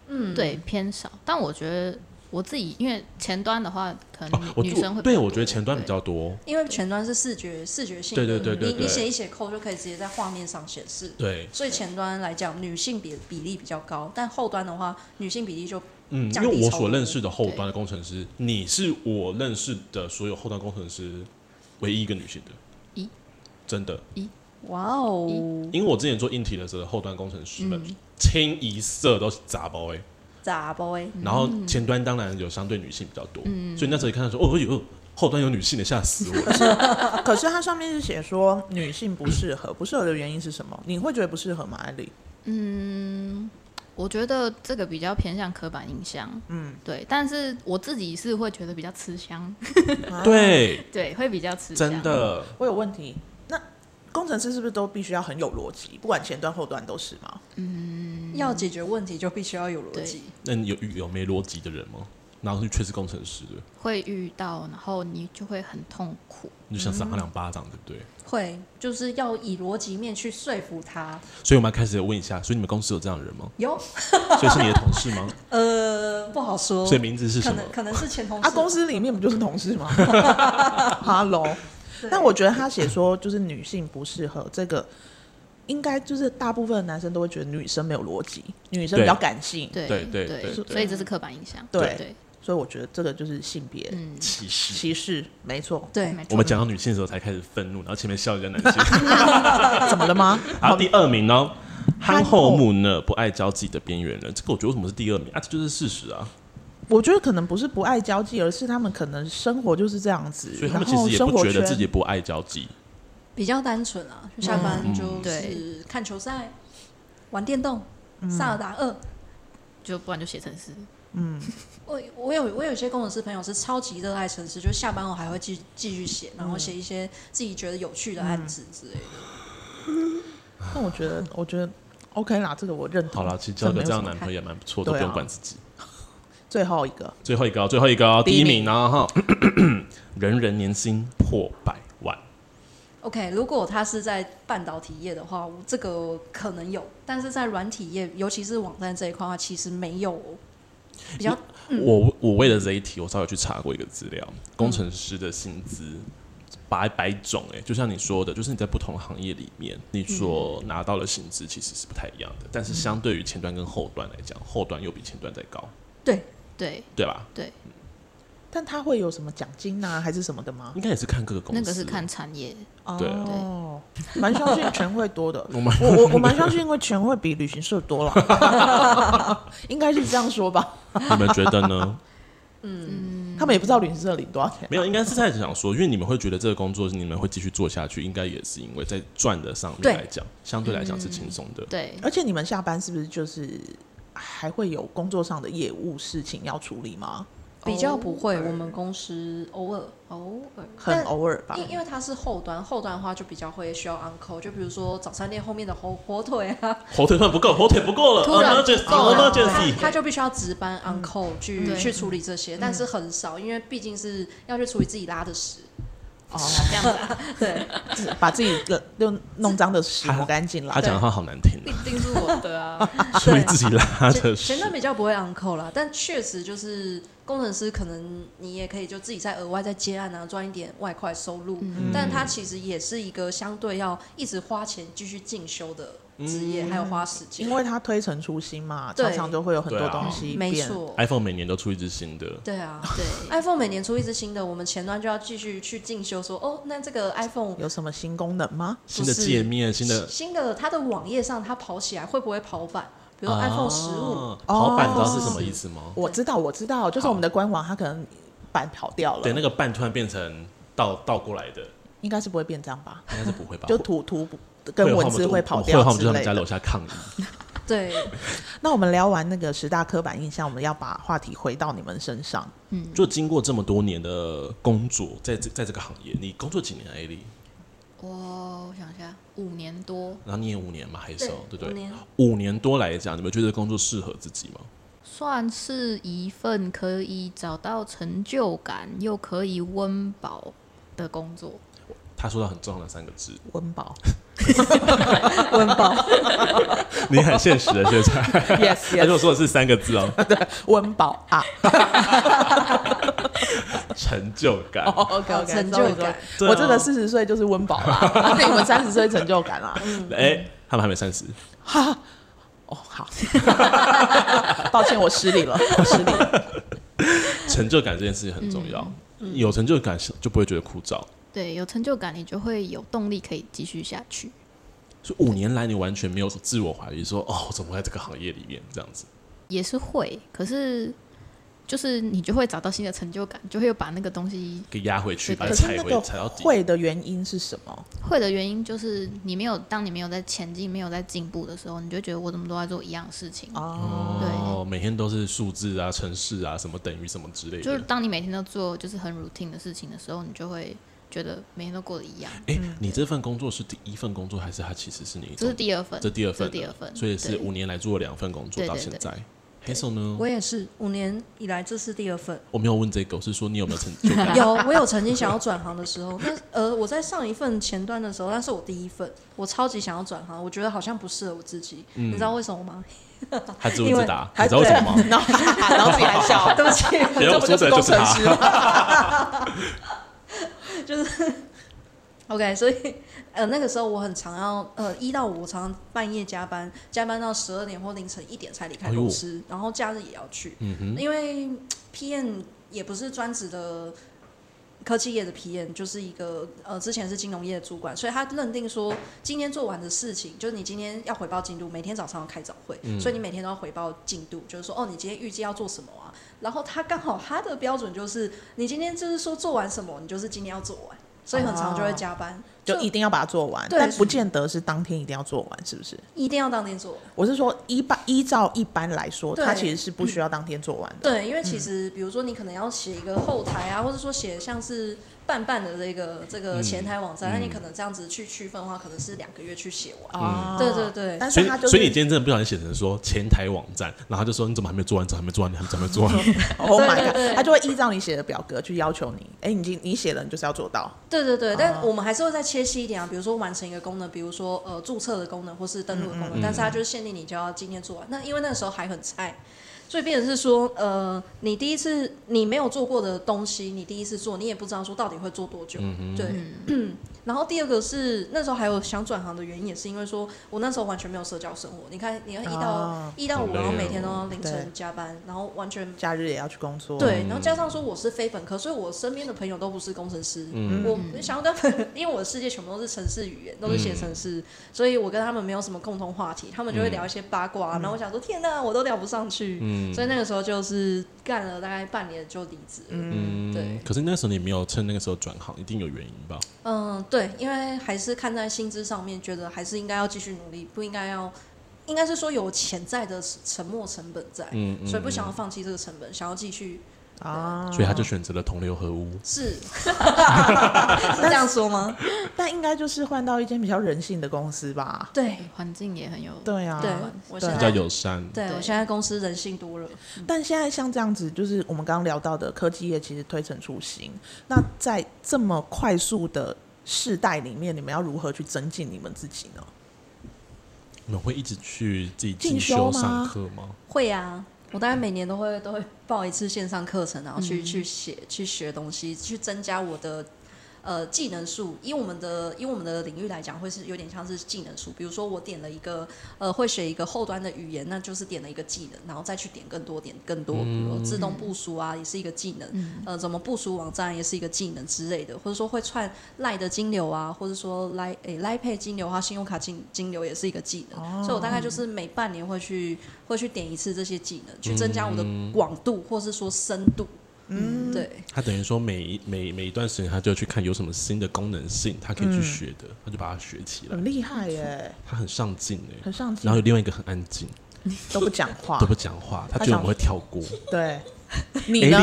[SPEAKER 5] 嗯，
[SPEAKER 4] 对偏少。但我觉得我自己因为前端的话，可
[SPEAKER 2] 哦
[SPEAKER 4] 能，
[SPEAKER 2] 我
[SPEAKER 4] 女生会比较多、
[SPEAKER 2] 对我觉得前端比
[SPEAKER 4] 对
[SPEAKER 2] 较多，
[SPEAKER 5] 因为前端是视觉视觉性的，
[SPEAKER 2] 对对对对
[SPEAKER 5] 你你
[SPEAKER 2] 对
[SPEAKER 5] 写一写扣就可以直接在画面上显示。
[SPEAKER 2] 对，
[SPEAKER 5] 所以前端来讲，女性比比例比较高，但后端的话，女性比例就
[SPEAKER 2] 嗯，因
[SPEAKER 5] 降低
[SPEAKER 2] 为我
[SPEAKER 5] 超
[SPEAKER 2] 所
[SPEAKER 5] 过
[SPEAKER 2] 认识的后端的工程师，你是我认识的所有后端工程师唯一一个女性的，
[SPEAKER 4] 咦
[SPEAKER 2] 真的，
[SPEAKER 5] 哇哦，
[SPEAKER 2] 因为我之前做硬体的时候，后端工程师们
[SPEAKER 5] 嗯
[SPEAKER 2] 清一色都是杂包哎，
[SPEAKER 5] 咋 boy？
[SPEAKER 2] 然后
[SPEAKER 4] 嗯
[SPEAKER 2] 前端当然有相对女性比较多，所以那时候一看到说，哦哟，后端有女性的，吓死我
[SPEAKER 4] <laughs>
[SPEAKER 2] 了，
[SPEAKER 3] 啊可是它上面是写说女性不适合，不适合的原因是什么？你会觉得不适合吗？艾丽，
[SPEAKER 4] 我觉得这个比较偏向刻板印象，嗯，对。但是我自己是会觉得比较吃香， <laughs>
[SPEAKER 2] 对，
[SPEAKER 4] 对，会比较吃香。
[SPEAKER 2] 真，的，
[SPEAKER 3] 我有问题。那工程师是不是都必须要很有逻辑，不管前端后端都是吗？
[SPEAKER 5] 要解决问题就必须要有逻
[SPEAKER 4] 对
[SPEAKER 5] 辑。
[SPEAKER 2] 那你有遇有没逻辑的人吗？然后就却是工程师的，
[SPEAKER 4] 会遇到，然后你就会很痛苦。
[SPEAKER 2] 你就想
[SPEAKER 4] 嗯
[SPEAKER 2] 赏他两巴掌，对不对？
[SPEAKER 5] 会，就是要以逻辑面去说服他。
[SPEAKER 2] 所以我们要开始问一下，所以你们公司有这样的人吗？
[SPEAKER 5] 有，
[SPEAKER 2] <laughs> 所以是你的同事吗？
[SPEAKER 5] 呃，不好说，
[SPEAKER 2] 所以名字是
[SPEAKER 5] 可
[SPEAKER 2] 什么
[SPEAKER 5] 能？可能是前同事。
[SPEAKER 3] 啊，公司里面不就是同事吗 <laughs> ？Hello，但我觉得他写说就是女性不适合这个，应该就是大部分的男生都会觉得女生没有逻辑，女生比较感性，
[SPEAKER 4] 对
[SPEAKER 2] 对对
[SPEAKER 4] 对
[SPEAKER 2] 对
[SPEAKER 3] 对
[SPEAKER 4] 所以这是刻板印象。
[SPEAKER 3] 对
[SPEAKER 4] 对，
[SPEAKER 3] 所以我觉得这个就是性别
[SPEAKER 4] 嗯，
[SPEAKER 2] 歧视。
[SPEAKER 3] 歧视，没错。
[SPEAKER 5] 对，
[SPEAKER 4] 没错
[SPEAKER 2] 我们讲到女性的时候才开始愤怒，然后前面笑人家男性。
[SPEAKER 3] 怎么了吗？ <laughs>
[SPEAKER 2] 好，第二名呢？憨厚
[SPEAKER 3] 憨厚
[SPEAKER 2] 木讷，不爱交际的边缘人。这个我觉得为什么是第二名啊？这就是事实啊。
[SPEAKER 3] 我觉得可能不是不爱交际，而是他们可能生活就是这样子，
[SPEAKER 2] 所以他
[SPEAKER 3] 然
[SPEAKER 2] 们其
[SPEAKER 3] 后
[SPEAKER 2] 实也
[SPEAKER 3] 生活
[SPEAKER 2] 不
[SPEAKER 3] 圈
[SPEAKER 2] 觉得自己不爱交际。
[SPEAKER 5] 比较单纯啊，就下班就是
[SPEAKER 4] 对
[SPEAKER 5] 看球赛、玩电动、萨尔达二。
[SPEAKER 4] 就不然就写成是
[SPEAKER 5] 我我有我有一些工程师朋友是超级热爱城市，就是下班后还会继继续写，然后写一些自己觉得有趣的案子之类的。
[SPEAKER 3] 那我觉得，我觉得 OK 啦，这个我认
[SPEAKER 2] 好
[SPEAKER 3] 同。
[SPEAKER 2] 了，其实交一个这样的男朋友也蛮不错，都不
[SPEAKER 3] 对啊
[SPEAKER 2] 用管自己。
[SPEAKER 3] 最后一个，
[SPEAKER 2] 最后一个哦，最后一个哦，
[SPEAKER 3] 第
[SPEAKER 2] 第
[SPEAKER 3] 一
[SPEAKER 2] 一
[SPEAKER 3] 名
[SPEAKER 2] 名呢哈，人人年薪破百万。
[SPEAKER 5] OK，如果他是在半导体业的话，我这个可能有，但是在软体业，尤其是网站这一块的话，其实没有哦比较
[SPEAKER 2] 我我为了这一题，我稍微去查过一个资料，工程师的薪资百百种哎、就像你说的，就是你在不同行业里面，你
[SPEAKER 4] 嗯
[SPEAKER 2] 所拿到的薪资其实是不太一样的，但是相对于前端跟后端来讲，后端又比前端再高，
[SPEAKER 5] 对
[SPEAKER 4] 对，
[SPEAKER 2] 对吧？
[SPEAKER 3] 但他会有什么奖金呐、还是什么的吗？
[SPEAKER 2] 应该也是看各个公司，
[SPEAKER 4] 那个是看产业。
[SPEAKER 2] 对
[SPEAKER 3] 哦，蛮相信全会多的。
[SPEAKER 2] <laughs> 我们
[SPEAKER 3] 我我我蛮相信，因为全会比旅行社多了，
[SPEAKER 2] <laughs>
[SPEAKER 3] 应该是这样说吧。
[SPEAKER 2] 你们觉得
[SPEAKER 4] <laughs>
[SPEAKER 2] 呢？
[SPEAKER 3] 他们也不知道旅行社领多少钱，
[SPEAKER 2] 没有，应该是在想说，因为你们会觉得这个工作你们会继续做下去，应该也是因为在赚的上
[SPEAKER 5] 对
[SPEAKER 2] 面来讲，相对来讲是
[SPEAKER 4] 嗯
[SPEAKER 2] 轻松的。
[SPEAKER 4] 对，
[SPEAKER 3] 而且你们下班是不是就是还会有工作上的业务事情要处理吗？
[SPEAKER 5] 比较不会。
[SPEAKER 4] 偶尔
[SPEAKER 5] 我们公司偶尔，
[SPEAKER 4] 偶尔
[SPEAKER 3] 很偶尔吧。
[SPEAKER 5] 因因为它是后端，后端的话就比较会需要 uncle，就比如说早餐店后面的火火腿啊，
[SPEAKER 2] 火腿饭不够，火腿不够了
[SPEAKER 4] 突然
[SPEAKER 2] ，emergency
[SPEAKER 4] 够了
[SPEAKER 5] 他
[SPEAKER 2] emergency，
[SPEAKER 5] 他就必须要值班 uncle 去
[SPEAKER 4] 对
[SPEAKER 5] 去处理这些，但是很少，因为毕竟是要去处理自己拉的屎。
[SPEAKER 3] 哦，
[SPEAKER 4] 这样子啊，
[SPEAKER 5] 对，
[SPEAKER 3] 把 <laughs> 自己的又弄脏的屎抹干净了
[SPEAKER 2] 他。讲的话好难听
[SPEAKER 4] 一定是
[SPEAKER 5] <laughs>
[SPEAKER 4] 我的啊。
[SPEAKER 2] 啊，所以自己拉
[SPEAKER 5] 前
[SPEAKER 2] 的
[SPEAKER 5] 前
[SPEAKER 2] 屎。
[SPEAKER 5] 端比较不会 uncle 啦，但确实就是工程师可能你也可以就自己再额外再接案啊，赚一点外快收入，
[SPEAKER 2] 嗯
[SPEAKER 5] 但它其实也是一个相对要一直花钱继续进修的职业，
[SPEAKER 2] 嗯
[SPEAKER 5] 还有花时间。
[SPEAKER 3] 因为他推陈出新嘛，
[SPEAKER 5] 对啊
[SPEAKER 3] 常常就会有很多东西
[SPEAKER 5] 没
[SPEAKER 3] 变。
[SPEAKER 5] 错，
[SPEAKER 2] iPhone 每年都出一只新的，
[SPEAKER 5] 对啊。
[SPEAKER 4] <laughs> 对，
[SPEAKER 5] iPhone 每年出一支新的，我们前端就要继续去进修说哦，那这个 iPhone
[SPEAKER 3] 有什么新功能吗？
[SPEAKER 2] 新的界面，新的
[SPEAKER 5] 新的它的网页上它跑起来会不会跑版？比如说
[SPEAKER 2] 啊
[SPEAKER 5] iPhone 十五、
[SPEAKER 2] 哦跑板，你知道是什么意思吗？
[SPEAKER 3] 我知道，我知道，就是我们的官网它可能版跑掉了，
[SPEAKER 2] 对，那个半突然变成倒倒过来的，
[SPEAKER 3] 应该是不会变这样吧？
[SPEAKER 2] 应该是不会吧？
[SPEAKER 3] 就图图不
[SPEAKER 2] 会
[SPEAKER 3] 跟
[SPEAKER 2] 的话
[SPEAKER 3] 文字
[SPEAKER 2] 我们
[SPEAKER 3] 会跑
[SPEAKER 2] 会的
[SPEAKER 3] 掉
[SPEAKER 2] 话我们
[SPEAKER 3] 之
[SPEAKER 2] 就他
[SPEAKER 3] 类
[SPEAKER 2] 们家
[SPEAKER 3] 的
[SPEAKER 2] 楼。下抗议。
[SPEAKER 5] 对，
[SPEAKER 3] 那我们聊完那个十大刻板印象，我们要把话题回到你们身上。
[SPEAKER 2] 就经过这么多年的工作，在这在这个行业，你工作几年啊艾丽？
[SPEAKER 4] 我想一下，五年多
[SPEAKER 2] 然后你也五年嘛，还少对不嗯
[SPEAKER 5] 五
[SPEAKER 2] 对？
[SPEAKER 5] 年
[SPEAKER 2] 五年多来讲，你们觉得工作适合自己吗？
[SPEAKER 4] 算是一份可以找到成就感又可以温饱的工作。
[SPEAKER 2] 他说到很重要的三个字，
[SPEAKER 3] 温饱，
[SPEAKER 5] 温饱，
[SPEAKER 2] 你很现实的现在，<laughs>
[SPEAKER 3] <laughs> yes
[SPEAKER 2] 而且我
[SPEAKER 3] yes，
[SPEAKER 2] 说的是三个字哦，
[SPEAKER 3] 温饱啊
[SPEAKER 2] 成就感。
[SPEAKER 3] ，OK
[SPEAKER 5] 好
[SPEAKER 3] OK，
[SPEAKER 5] 成就感。
[SPEAKER 2] 对啊
[SPEAKER 3] 我这个四十岁就是温饱啦，
[SPEAKER 2] <laughs>
[SPEAKER 3] 那你们三十岁成就感啦。
[SPEAKER 2] 哎，他们还没三十，
[SPEAKER 3] 哦，好， <laughs> 抱歉，我失礼了，我失礼了。
[SPEAKER 2] 成就感这件事情很重要。
[SPEAKER 4] 嗯
[SPEAKER 2] 有成就感是就不会觉得枯燥。
[SPEAKER 4] 对，有成就感，你就会有动力可以继续下去。
[SPEAKER 2] 所以五年来，你完全没有自我怀疑，说哦，我怎么会在这个行业里面这样子？
[SPEAKER 4] 也是会，可是就是你就会找到新的成就感，就会把那个东西
[SPEAKER 2] 给压回去，
[SPEAKER 4] 对
[SPEAKER 2] 把它
[SPEAKER 3] 可
[SPEAKER 2] 踩
[SPEAKER 3] 是那
[SPEAKER 2] 回
[SPEAKER 3] 个
[SPEAKER 2] 踩到底。
[SPEAKER 3] 会的原因是什么？
[SPEAKER 4] 会的原因就是你没有，当你没有在前进、没有在进步的时候，你就觉得我怎么都在做一样的事情。
[SPEAKER 3] 哦，
[SPEAKER 2] 哦，每天都是数字啊、城市啊、什么等于什么之类
[SPEAKER 4] 就是
[SPEAKER 2] 的。
[SPEAKER 4] 当你每天都做就是很 routine 的事情的时候，你就会觉得每天都过得一样。
[SPEAKER 2] 哎，你这份工作是第一份工作，还是它其实是你
[SPEAKER 4] 嗯这是第二份，
[SPEAKER 2] 这第二份的？啊
[SPEAKER 4] 这是第二份
[SPEAKER 2] 所以是
[SPEAKER 4] 对
[SPEAKER 2] 五年来做了两份工作
[SPEAKER 4] 对
[SPEAKER 2] 到
[SPEAKER 4] 对
[SPEAKER 2] 现
[SPEAKER 4] 对
[SPEAKER 2] 在。黑手呢？
[SPEAKER 5] 我也是五年以来这是第
[SPEAKER 2] <laughs>
[SPEAKER 5] 二份。
[SPEAKER 2] 我没有问这个，我是说你有没有成
[SPEAKER 4] <laughs>
[SPEAKER 2] 就感？
[SPEAKER 5] 有，我有曾经想要转行的时候， <laughs> 那呃，我在上一份前端的时候，那是我第一份，我超级想要转行，我觉得好像不适合我自己，
[SPEAKER 2] 嗯
[SPEAKER 5] 你知道为什么吗？
[SPEAKER 2] 他自问自答，你
[SPEAKER 3] 还
[SPEAKER 2] 知道为什么
[SPEAKER 3] <laughs>
[SPEAKER 2] 吗？
[SPEAKER 3] 然后然后自己还
[SPEAKER 2] <laughs>
[SPEAKER 3] 笑，
[SPEAKER 5] 对不起，
[SPEAKER 2] 然
[SPEAKER 3] 这
[SPEAKER 2] 后
[SPEAKER 3] 不就是工程师吗？
[SPEAKER 5] 就是 OK，所以呃那个时候我很常要呃一到五我常常半夜加班，加班到十二点或凌晨一点才离开
[SPEAKER 2] 哎呦嗯
[SPEAKER 5] 公司，然后假日也要去，因为 PM 也不是专职的。科技业的 PM 就是一个呃，之前是金融业的主管，所以他认定说，今天做完的事情，就是你今天要回报进度，每天早上要开早会，
[SPEAKER 3] 嗯
[SPEAKER 5] 所以你每天都要回报进度，就是说，哦，你今天预计要做什么啊？然后他刚好他的标准就是，你今天就是说做完什么，你就是今天要做完，所以很常就会加班，
[SPEAKER 3] 啊就一定要把它做完，
[SPEAKER 5] 对
[SPEAKER 3] 但不见得是当天一定要做完，是不是？
[SPEAKER 5] 一定要当天做完。
[SPEAKER 3] 我是说，一般依照一般来说，
[SPEAKER 5] 对
[SPEAKER 3] 它其实是不需要当天做完的。
[SPEAKER 5] 对，因为其
[SPEAKER 3] 嗯
[SPEAKER 5] 实比如说你可能要写一个后台啊，或者说写像是半半的这个这
[SPEAKER 3] 嗯
[SPEAKER 5] 个前台网站，那、你可能这样子去区分的话，可能是两个月去写完。
[SPEAKER 3] 哦
[SPEAKER 5] 对对对
[SPEAKER 3] 但
[SPEAKER 2] 嗯所
[SPEAKER 3] 是
[SPEAKER 2] 以
[SPEAKER 3] 它就，是
[SPEAKER 2] 所以你今天真的不小心写成说前台网站，然后他就说你怎么还没做完？怎么还没做完？你还怎么还没做完？
[SPEAKER 3] Oh my god，
[SPEAKER 5] 对对对
[SPEAKER 3] 他就会依照你写的表格去要求你，哎，你今你写了，你就是要做到。
[SPEAKER 5] 对对对，但我们还是会再切细一点啊，比如说完成一个功能，比如说呃注册的功能或是登录的功能，但是它就是限定你就要今天做完。那因为那时候还很菜，所以变成是说呃你第一次你没有做过的东西，你第一次做，你也不知道说到底会做多
[SPEAKER 2] 嗯
[SPEAKER 5] 久，对。然后第二个是那时候还有想转行的原因，也是因为说我那时候完全没有社交生活。你看，你要一到
[SPEAKER 3] 哦
[SPEAKER 5] 一到
[SPEAKER 2] 好
[SPEAKER 5] 五，
[SPEAKER 2] 累
[SPEAKER 5] 然后每
[SPEAKER 2] 哦
[SPEAKER 5] 天都要凌晨
[SPEAKER 3] 对
[SPEAKER 5] 加班，然后完全
[SPEAKER 3] 假日也要去工作。
[SPEAKER 5] 对，然后加上说我是非本科，所以我身边的朋友都不是工程师。
[SPEAKER 2] 嗯嗯
[SPEAKER 5] 我想要跟朋友，因为我的世界全部都是城市语言，都是写程式，所以我跟他们没有什么共同话题，他们就会聊一些八卦。啊然后我想说，天哪，我都聊不上去。
[SPEAKER 2] 嗯
[SPEAKER 5] 所以那个时候就是干了大概半年就离职了。
[SPEAKER 2] 嗯
[SPEAKER 5] 对
[SPEAKER 2] 可是那时候你没有趁那个时候转行，一定有原因吧？
[SPEAKER 5] 嗯，对，因为还是看在薪资上面，觉得还是应该要继续努力，不应该要，应该是说有潜在的沉没成本在，
[SPEAKER 2] 嗯嗯
[SPEAKER 5] 所以不想要放弃这个成本，想要继续
[SPEAKER 3] 啊，
[SPEAKER 2] 所以他就选择了同流合污。
[SPEAKER 5] <laughs>
[SPEAKER 2] <laughs>
[SPEAKER 5] 是是这样说吗？
[SPEAKER 3] 但应该就是换到一间比较人性的公司吧？
[SPEAKER 5] 对
[SPEAKER 4] 环境也很有
[SPEAKER 3] 对啊，
[SPEAKER 5] 对，我现
[SPEAKER 2] 比
[SPEAKER 5] 在
[SPEAKER 2] 较友善，
[SPEAKER 5] 对我
[SPEAKER 4] 对
[SPEAKER 5] 现在公司人性多了，
[SPEAKER 3] 但现在像这样子，就是我们刚刚聊到的科技业其实推陈出新。那在这么快速的世代里面，你们要如何去增进你们自己呢？
[SPEAKER 2] 你们会一直去自己
[SPEAKER 3] 进
[SPEAKER 2] 进
[SPEAKER 3] 修吗
[SPEAKER 2] 上课吗？
[SPEAKER 5] 会啊。我大概每年都会 <laughs> 都会报一次线上课程，然后去、去写去学东西，去增加我的呃技能数。以我们的以我们的领域来讲，会是有点像是技能数。比如说我点了一个呃会写一个后端的语言，那就是点了一个技能，然后再去点更多点更多，比如说自动部署啊，也是一个技能。呃，怎么部署网站也是一个技能之类的，或者说会串赖的金流啊，或者说赖诶赖配金流啊，信用卡金金流也是一个技能。所以我大概就是每半年会去会去点一次这些技能，去增加我的广度或是说深度。嗯，对，
[SPEAKER 2] 他等于说每一每每一段时间，他就去看有什么新的功能性，他可以去学的，他就把它学起来
[SPEAKER 3] 很。厉害耶，
[SPEAKER 2] 他很上进哎
[SPEAKER 3] 很，上进
[SPEAKER 2] 然后，有另外一个很安静，
[SPEAKER 3] 都不讲话
[SPEAKER 2] 都。不讲话，他觉得我们会跳过。哎
[SPEAKER 3] 对，你呢？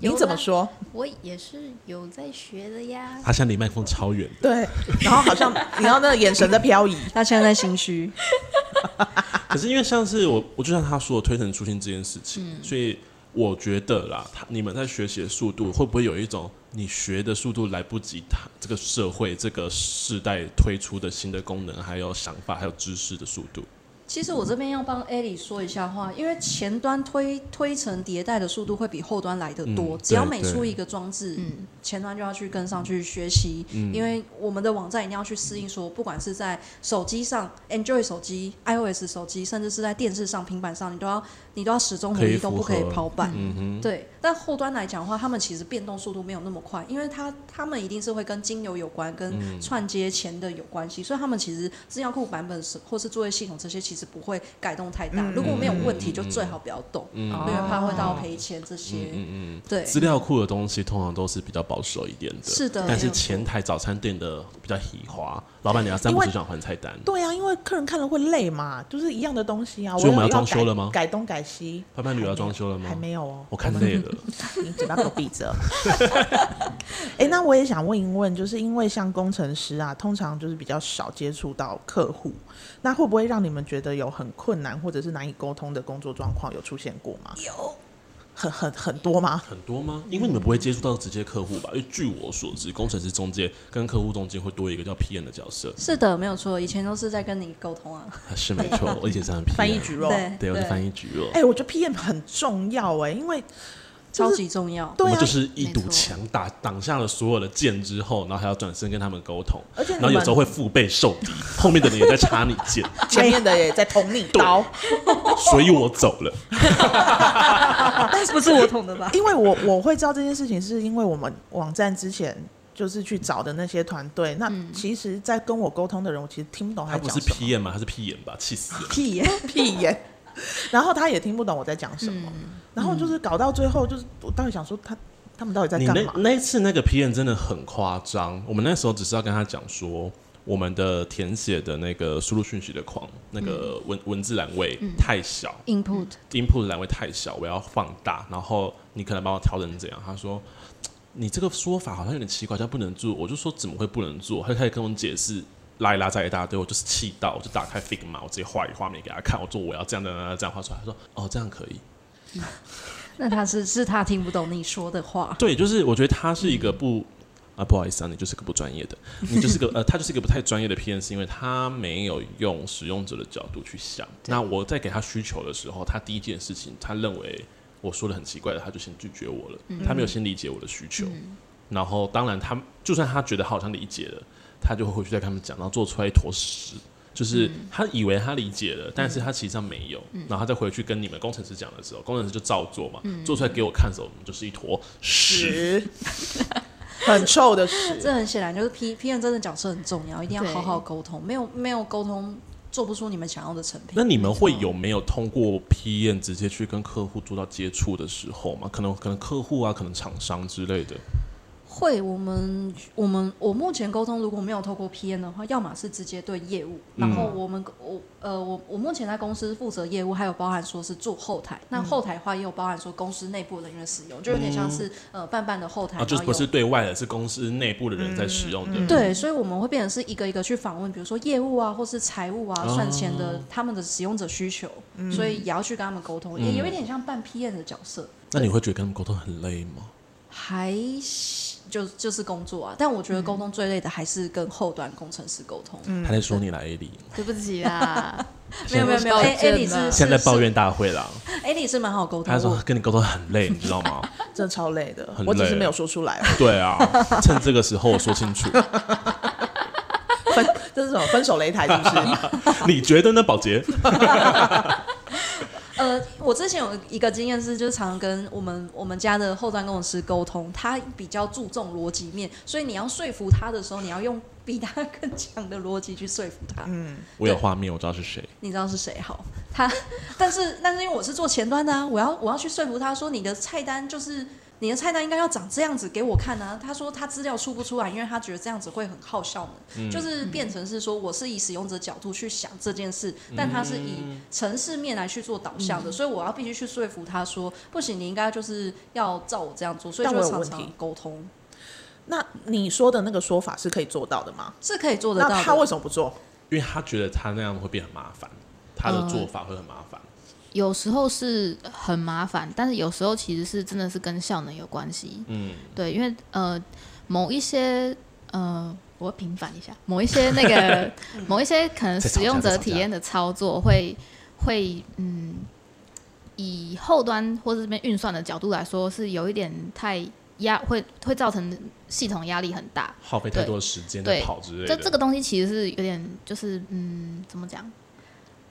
[SPEAKER 4] 有
[SPEAKER 3] 你怎么
[SPEAKER 4] 啦
[SPEAKER 3] 说？
[SPEAKER 4] 我也是有在学的呀。
[SPEAKER 2] 他现在离麦克风超远的，
[SPEAKER 3] 对，然后好像你要那个眼神在漂移。
[SPEAKER 5] 他现在在心虚，
[SPEAKER 2] 可是因为像是我，我就像他说的推陈出新这件事情，所以我觉得啦，他你们在学习的速度会不会有一种你学的速度来不及他这个社会这个世代推出的新的功能，还有想法，还有知识的速度？
[SPEAKER 5] 其实我这边要帮艾莉说一下话，因为前端推推陈迭代的速度会比后端来得多，
[SPEAKER 2] 嗯
[SPEAKER 5] 只要
[SPEAKER 2] 对
[SPEAKER 5] 每
[SPEAKER 2] 对
[SPEAKER 5] 出一个装置，
[SPEAKER 4] 嗯，
[SPEAKER 5] 前端就要去跟上去学习，
[SPEAKER 2] 嗯
[SPEAKER 5] 因为我们的网站一定要去适应说，不管是在手机上 Android 手机、iOS 手机，甚至是在电视上、平板上，你都要你都要始终努
[SPEAKER 2] 可以
[SPEAKER 5] 力，都
[SPEAKER 2] 符
[SPEAKER 5] 不可以
[SPEAKER 2] 合
[SPEAKER 5] 跑板。
[SPEAKER 2] 嗯哼，
[SPEAKER 5] 对，但后端来讲的话，他们其实变动速度没有那么快，因为他他们一定是会跟金流有关，
[SPEAKER 2] 嗯
[SPEAKER 5] 跟串接前的有关系，所以他们其实资料库版本是或是作业系统这些其实不会改动太大。
[SPEAKER 3] 嗯
[SPEAKER 5] 如果没有问
[SPEAKER 2] 嗯
[SPEAKER 5] 题，
[SPEAKER 2] 嗯
[SPEAKER 5] 就最好不要动，
[SPEAKER 2] 嗯
[SPEAKER 5] 因为怕会到赔钱这些。
[SPEAKER 2] 嗯嗯
[SPEAKER 5] 哦对
[SPEAKER 2] 嗯，，资料库的东西通常都是比较保守一点的，
[SPEAKER 5] 是的
[SPEAKER 2] 但
[SPEAKER 5] 没
[SPEAKER 2] 是
[SPEAKER 5] 有错
[SPEAKER 2] 前台早餐店的比较喜滑，老板娘三
[SPEAKER 3] 因
[SPEAKER 2] 不
[SPEAKER 3] 为
[SPEAKER 2] 时想换菜单，
[SPEAKER 3] 对啊，因为客人看了会累嘛，就是一样的东西啊。
[SPEAKER 2] 所以我们要
[SPEAKER 3] 要
[SPEAKER 2] 装修
[SPEAKER 3] 改
[SPEAKER 2] 了吗
[SPEAKER 3] 改东改西，
[SPEAKER 2] 潘潘旅要装修了吗
[SPEAKER 3] 还没有哦，
[SPEAKER 2] 我看累了。
[SPEAKER 3] <laughs> 你嘴巴给我闭
[SPEAKER 2] <laughs>
[SPEAKER 3] 着。哎、那我也想问一问，就是因为像工程师啊，通常就是比较少接触到客户，那会不会让你们觉得有很困难或者是难以沟通的工作状况有出现过吗？有，很很很多吗？
[SPEAKER 2] 很多吗？因为你们不会接触到直接客户吧？因为据我所知，工程师中介跟客户中间会多一个叫 PM 的角色，
[SPEAKER 5] 是的，没有错，以前都是在跟你沟通啊。
[SPEAKER 2] 啊是没错。我以前是很 PM
[SPEAKER 3] 翻译局肉。
[SPEAKER 5] 对
[SPEAKER 2] 对，我是翻译局哦肉。
[SPEAKER 3] 哎、我觉得 PM 很重要哎、因为
[SPEAKER 5] 超级重要。
[SPEAKER 2] 我
[SPEAKER 3] 对
[SPEAKER 2] 们
[SPEAKER 3] 啊，
[SPEAKER 2] 就是一堵
[SPEAKER 4] 没错
[SPEAKER 2] 墙打挡下了所有的剑之后，然后还要转身跟他们沟通，
[SPEAKER 3] 而且你
[SPEAKER 2] 然后有时候会腹背受敌，后面的人也在插你
[SPEAKER 3] <laughs>
[SPEAKER 2] 剑，
[SPEAKER 3] 前面的也在捅你刀，
[SPEAKER 2] 所以我走了。
[SPEAKER 5] 不是我捅的
[SPEAKER 2] <laughs>
[SPEAKER 5] 吧？
[SPEAKER 3] <laughs> 因为我我会知道这件事情，是因为我们网站之前就是去找的那些团队，那其实，在跟我沟通的人，我其实听不懂
[SPEAKER 2] 他不
[SPEAKER 3] 讲
[SPEAKER 2] 是
[SPEAKER 3] 什么
[SPEAKER 2] PM 吗？他是 P 眼吧？气死了！
[SPEAKER 5] 屁耶、
[SPEAKER 3] <laughs> 屁耶，然后他也听不懂我在讲什么，然后就是搞到最后，就是我到底想说他他们到底在
[SPEAKER 2] 你
[SPEAKER 3] 干
[SPEAKER 2] 那
[SPEAKER 3] 嘛？
[SPEAKER 2] 那一次那个 P N 真的很夸张，我们那时候只是要跟他讲说，我们的填写的那个输入讯息的框，那个
[SPEAKER 3] 嗯
[SPEAKER 2] 文、文字栏位太小、
[SPEAKER 5] i n p u t
[SPEAKER 2] i n p u t 栏位太小，我要放大，然后你可能帮我调整成怎样？他说。你这个说法好像有点奇怪，叫不能做，我就说怎么会不能做？他就开始跟我解释，拉一拉再一大堆，我就是气到，我就打开 Figma，我直接画一画面给他看，我说我要这样这样这样这样画出来。他说哦，这样可以，
[SPEAKER 5] 那他是是他听不懂你说的话，
[SPEAKER 2] 对，就是我觉得他是一个不、啊，不好意思啊，你就是个不专业的，你就是个呃，他就是一个不太专业的 PM，是因为他没有用使用者的角度去想。那我在给他需求的时候，他第一件事情，他认为我说的很奇怪的，他就先拒绝我了，他没有先理解我的需求。然后，当然他就算他觉得他好像理解了，他就会回去再跟他们讲，然后做出来一坨屎。就是他以为他理解了，但是他其实上没有。然后他再回去跟你们工程师讲的时候，工程师就照做嘛，做出来给我看的时候，我们就是一坨屎。
[SPEAKER 3] 屎，很臭的
[SPEAKER 5] 这
[SPEAKER 3] 屎。
[SPEAKER 5] 很显然就是 P P N 真的角色很重要，一定要
[SPEAKER 4] 对
[SPEAKER 5] 好好沟通，没有没有沟通做不出你们想要的成品
[SPEAKER 2] 那。你们会有没有通过 P 验直接去跟客户做到接触的时候吗？可能可能客户啊，可能厂商之类的。
[SPEAKER 5] 会，我们我们我目前沟通如果没有透过 P N 的话，要么是直接对业务，然后我们、我呃我我目前在公司负责业务，还有包含说是做后台，那后台的话也有包含说公司内部人员使用，就有点像是、呃半半的后台，
[SPEAKER 2] 啊，就是
[SPEAKER 5] 然后
[SPEAKER 2] 不
[SPEAKER 5] 有嗯
[SPEAKER 2] 是对外的，是公司内部的人在使用的。
[SPEAKER 5] 对，所以我们会变成是一个一个去访问，比如说业务啊，或是财务啊、
[SPEAKER 2] 哦嗯
[SPEAKER 5] 算钱的他们的使用者需求，所以也要去跟他们沟通，也有一点像半 PM 的角色，
[SPEAKER 2] 那你会觉得跟他们沟通很累吗？
[SPEAKER 5] 还是就就是工作啊。但我
[SPEAKER 2] 嗯
[SPEAKER 5] 觉得沟通最累的还是跟后端工程师沟通，
[SPEAKER 2] 他在说你来 A 里，
[SPEAKER 4] 对不起啦，
[SPEAKER 5] 没有没有没有
[SPEAKER 4] 抱
[SPEAKER 5] ，A
[SPEAKER 4] 歉
[SPEAKER 5] A 你哎是
[SPEAKER 4] 啦
[SPEAKER 2] 现在
[SPEAKER 5] 是
[SPEAKER 2] 抱怨大会啦。
[SPEAKER 5] 是 A 你是蛮好沟通
[SPEAKER 2] 他
[SPEAKER 5] 的，
[SPEAKER 2] 说
[SPEAKER 5] 我
[SPEAKER 2] 跟你沟通很累，你知道吗？ <laughs>
[SPEAKER 3] 真的超累的，
[SPEAKER 2] 很
[SPEAKER 3] 我只是
[SPEAKER 2] 累
[SPEAKER 3] 没有说出来，
[SPEAKER 2] 对啊，趁这个时候说清楚。
[SPEAKER 3] 分 <laughs> 这是什么分手擂台是不
[SPEAKER 2] <laughs>
[SPEAKER 3] 是？
[SPEAKER 2] 你觉得呢，宝洁？
[SPEAKER 5] 呃，我之前有一个经验是，就是常常跟我们我们家的后端工程师沟通，他比较注重逻辑面，所以你要说服他的时候，你要用比他 <laughs> 更强的逻辑去说服他。
[SPEAKER 2] 我有画面，我知道是谁。
[SPEAKER 5] 你知道是谁好？他，但是但是因为我是做前端的啊，我要我要去说服他说你的菜单就是你的菜单应该要长这样子给我看啊。他说他资料出不出来，因为他觉得这样子会很耗效能，就是变成是说我是以使用者角度去想这件事，但他是以城市面来去做导向的，所以我要必须去说服他说不行，你应该就是要照我这样做，所以
[SPEAKER 3] 但
[SPEAKER 5] 就
[SPEAKER 3] 我有
[SPEAKER 5] 常
[SPEAKER 3] 问
[SPEAKER 5] 常
[SPEAKER 3] 题
[SPEAKER 5] 沟通
[SPEAKER 3] 那你说的那个说法是可以做到的吗？
[SPEAKER 5] 是可以做得到
[SPEAKER 3] 那他为
[SPEAKER 5] 的。
[SPEAKER 3] 什么不做？
[SPEAKER 2] 因为他觉得他那样会变很麻烦，他的做法会很麻烦。
[SPEAKER 4] 有时候是很麻烦，但是有时候其实是真的是跟效能有关系。
[SPEAKER 2] 嗯，
[SPEAKER 4] 对，因为呃，某一些呃，我平反一下，某一些那
[SPEAKER 2] <laughs>
[SPEAKER 4] 个某一些可能
[SPEAKER 2] 再吵
[SPEAKER 4] 使
[SPEAKER 2] 架
[SPEAKER 4] 用
[SPEAKER 2] 再
[SPEAKER 4] 者
[SPEAKER 2] 吵
[SPEAKER 4] 体
[SPEAKER 2] 架
[SPEAKER 4] 验的操作会会嗯，以后端或者这边运算的角度来说，是有一点太压，会会造成系统压力很大。
[SPEAKER 2] 耗费太多的时间在
[SPEAKER 4] 对
[SPEAKER 2] 跑之类
[SPEAKER 4] 这
[SPEAKER 2] 的。
[SPEAKER 4] 这个东西其实是有点就是嗯，怎么讲？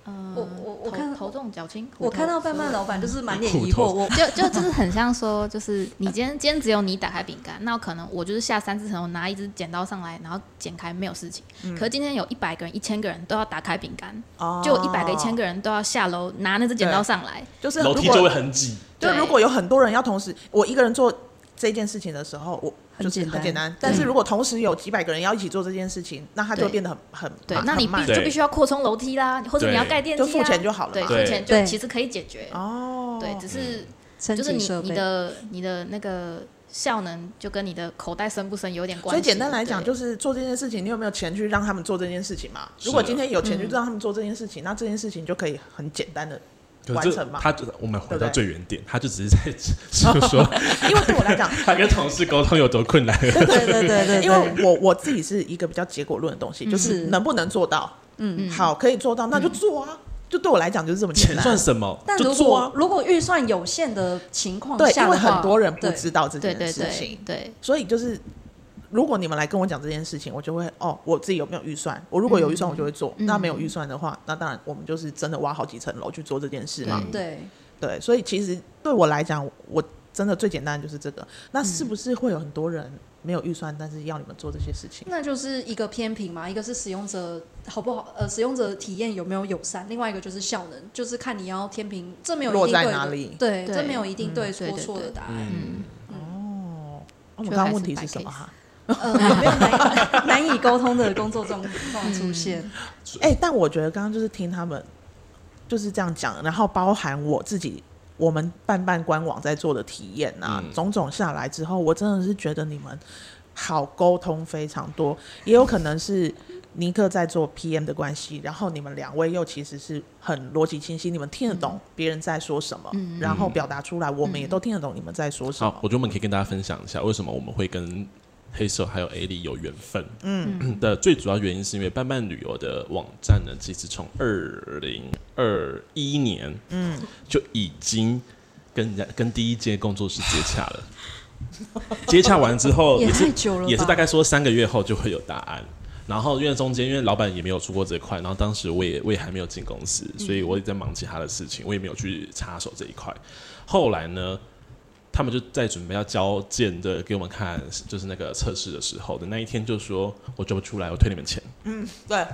[SPEAKER 4] 呃，
[SPEAKER 5] 我我我
[SPEAKER 4] 头
[SPEAKER 5] 看
[SPEAKER 4] 头重脚轻，
[SPEAKER 5] 我
[SPEAKER 4] 骨头
[SPEAKER 5] 看到
[SPEAKER 4] 之
[SPEAKER 5] 拌
[SPEAKER 4] 类
[SPEAKER 5] 饭
[SPEAKER 4] 的
[SPEAKER 5] 老板就是满脸疑
[SPEAKER 2] 苦
[SPEAKER 5] 惑，
[SPEAKER 2] 头
[SPEAKER 5] 我
[SPEAKER 4] <laughs> 就就就是很像说，就是你今天今天只有你打开饼干，那可能我就是下三四层，我拿一支剪刀上来，然后剪开没有事情。
[SPEAKER 3] 嗯
[SPEAKER 4] 可是今天有一百个人、一千个人都要打开饼干，
[SPEAKER 3] 哦
[SPEAKER 4] 就一百个、一千，个人都要下楼拿那只剪刀上来。
[SPEAKER 3] 就是如
[SPEAKER 2] 楼
[SPEAKER 3] 果
[SPEAKER 2] 梯就会很挤，
[SPEAKER 3] 就
[SPEAKER 4] 对
[SPEAKER 3] 如果有很多人要同时，我一个人做这件事情的时候，我
[SPEAKER 5] 很
[SPEAKER 3] 就是
[SPEAKER 5] 简
[SPEAKER 3] 很
[SPEAKER 5] 单
[SPEAKER 3] 简
[SPEAKER 4] 嗯
[SPEAKER 3] 单
[SPEAKER 5] 对。
[SPEAKER 3] 但是如果同时有几百个人要一起做这件事情，那它就
[SPEAKER 4] 对
[SPEAKER 3] 变得很很
[SPEAKER 4] 对
[SPEAKER 3] 麻，
[SPEAKER 4] 那你
[SPEAKER 3] 很慢
[SPEAKER 4] 必就
[SPEAKER 2] 对
[SPEAKER 4] 必须要扩充楼梯啦，或者你要
[SPEAKER 2] 对
[SPEAKER 4] 盖电梯
[SPEAKER 3] 就
[SPEAKER 4] 啊，
[SPEAKER 3] 付钱就好了
[SPEAKER 4] 对，
[SPEAKER 3] 嘛。
[SPEAKER 4] 付
[SPEAKER 2] 对
[SPEAKER 4] 钱
[SPEAKER 5] 对
[SPEAKER 4] 就其实可以解决。
[SPEAKER 3] 哦，
[SPEAKER 4] 对，只是
[SPEAKER 5] 升
[SPEAKER 4] 就是
[SPEAKER 5] 级
[SPEAKER 4] 你
[SPEAKER 5] 设
[SPEAKER 4] 你
[SPEAKER 5] 备。
[SPEAKER 4] 的你的那个效能就跟你的口袋深不深有点关
[SPEAKER 3] 所以
[SPEAKER 4] 系。
[SPEAKER 3] 简单来讲，
[SPEAKER 4] 对
[SPEAKER 3] 就是做这件事情，你有没有钱去让他们做这件事情嘛？
[SPEAKER 2] 是的
[SPEAKER 3] 如果今天有钱去让他们做这件事情，那这件事情就可以很简单的
[SPEAKER 2] 可
[SPEAKER 3] 完
[SPEAKER 2] 是
[SPEAKER 3] 成嘛
[SPEAKER 2] 他就我们回
[SPEAKER 3] 对
[SPEAKER 2] 到
[SPEAKER 3] 不对
[SPEAKER 2] 最原点，他就只是在是说
[SPEAKER 3] 因为对我
[SPEAKER 2] <laughs>
[SPEAKER 3] 来讲，
[SPEAKER 2] 他跟同事沟通有多困难。
[SPEAKER 5] 对对对对对，
[SPEAKER 3] 因为我我自己是一个比较结果论的东西，就是
[SPEAKER 5] 是
[SPEAKER 3] 能不能做到，
[SPEAKER 5] 嗯，
[SPEAKER 3] 好，可以做到，那就做啊。就对我来讲就是这么
[SPEAKER 2] 嗯
[SPEAKER 3] 简
[SPEAKER 2] 钱
[SPEAKER 3] 单。
[SPEAKER 2] 算什么？
[SPEAKER 5] 但
[SPEAKER 2] 就
[SPEAKER 5] 如
[SPEAKER 2] 做
[SPEAKER 5] 果、
[SPEAKER 2] 啊。
[SPEAKER 5] 如果预算有限的情
[SPEAKER 4] 哦
[SPEAKER 5] 况
[SPEAKER 3] 对，
[SPEAKER 5] 下
[SPEAKER 3] 因
[SPEAKER 5] 的
[SPEAKER 3] 为
[SPEAKER 5] 话，
[SPEAKER 3] 很多人不
[SPEAKER 5] 对
[SPEAKER 3] 知道这
[SPEAKER 4] 对
[SPEAKER 3] 件
[SPEAKER 4] 对
[SPEAKER 3] 事
[SPEAKER 4] 对
[SPEAKER 3] 情，
[SPEAKER 4] 对，
[SPEAKER 3] 所以就是如果你们来跟我讲这件事情，我就会哦，我自己有没有预算？我如果有预算，我
[SPEAKER 4] 嗯
[SPEAKER 3] 就会做；那没有预算的话，那当然我们就是真的挖好几层楼去做这件事嘛。
[SPEAKER 5] 对
[SPEAKER 3] 对，所以其实对我来讲，我真的最简单的就是这个。那
[SPEAKER 4] 嗯
[SPEAKER 3] 是不是会有很多人没有预算，但是要你们做这些事情？
[SPEAKER 5] 那就是一个偏平嘛，一个是使用者好不好，呃，使用者体验有没有友善，另外一个就是效能，就是看你要天平，这没有
[SPEAKER 3] 落
[SPEAKER 5] 一定
[SPEAKER 3] 在
[SPEAKER 5] 对
[SPEAKER 3] 哪
[SPEAKER 5] 的
[SPEAKER 3] 里
[SPEAKER 5] 对，
[SPEAKER 4] 对
[SPEAKER 5] 这没有一定对
[SPEAKER 4] 嗯对
[SPEAKER 5] 错
[SPEAKER 4] 对
[SPEAKER 5] 错的
[SPEAKER 4] 对
[SPEAKER 5] 答
[SPEAKER 3] <laughs>
[SPEAKER 5] 案，
[SPEAKER 2] 嗯，
[SPEAKER 3] 哦我们
[SPEAKER 4] 就
[SPEAKER 3] 刚
[SPEAKER 4] 还
[SPEAKER 3] 刚问
[SPEAKER 4] 是
[SPEAKER 3] 题
[SPEAKER 4] 白
[SPEAKER 3] 是什
[SPEAKER 4] case
[SPEAKER 3] 么哈？
[SPEAKER 5] 呃，有没有难以呃难以沟通的工作状况出现？
[SPEAKER 3] 哎、但我觉得刚刚就是听他们就是这样讲，然后包含我自己，我们办办官网在做的体验啊，
[SPEAKER 2] 嗯
[SPEAKER 3] 种种下来之后，我真的是觉得你们好沟通非常多，也有可能是尼克在做 PM 的关系，然后你们两位又其实是很逻辑清晰，你们听得懂别人在说什么，然后表达出来，我们也都听得懂你们在说什么
[SPEAKER 2] 嗯好，。我觉得我们可以跟大家分享一下为什么我们会跟黑手还有 A 里有缘分。嗯，的最主要原因是因为伴伴旅游的网站呢，其实从二零二一年，嗯，就已经跟人家跟第一届工作室接洽了。接洽完之后
[SPEAKER 5] <laughs>
[SPEAKER 2] 哦
[SPEAKER 5] 也
[SPEAKER 2] 也是
[SPEAKER 5] 太久了吧，
[SPEAKER 2] 也是大概说三个月后就会有答案。然后因为中间因为老板也没有出过这块，然后当时我也我也还没有进公司，所以我也在忙其他的事情，我也没有去插手这一块。后来呢，他们就在准备要交件的给我们看，就是那个测试的时候的那一天，就说我做不出来，我退你们钱。
[SPEAKER 3] 对，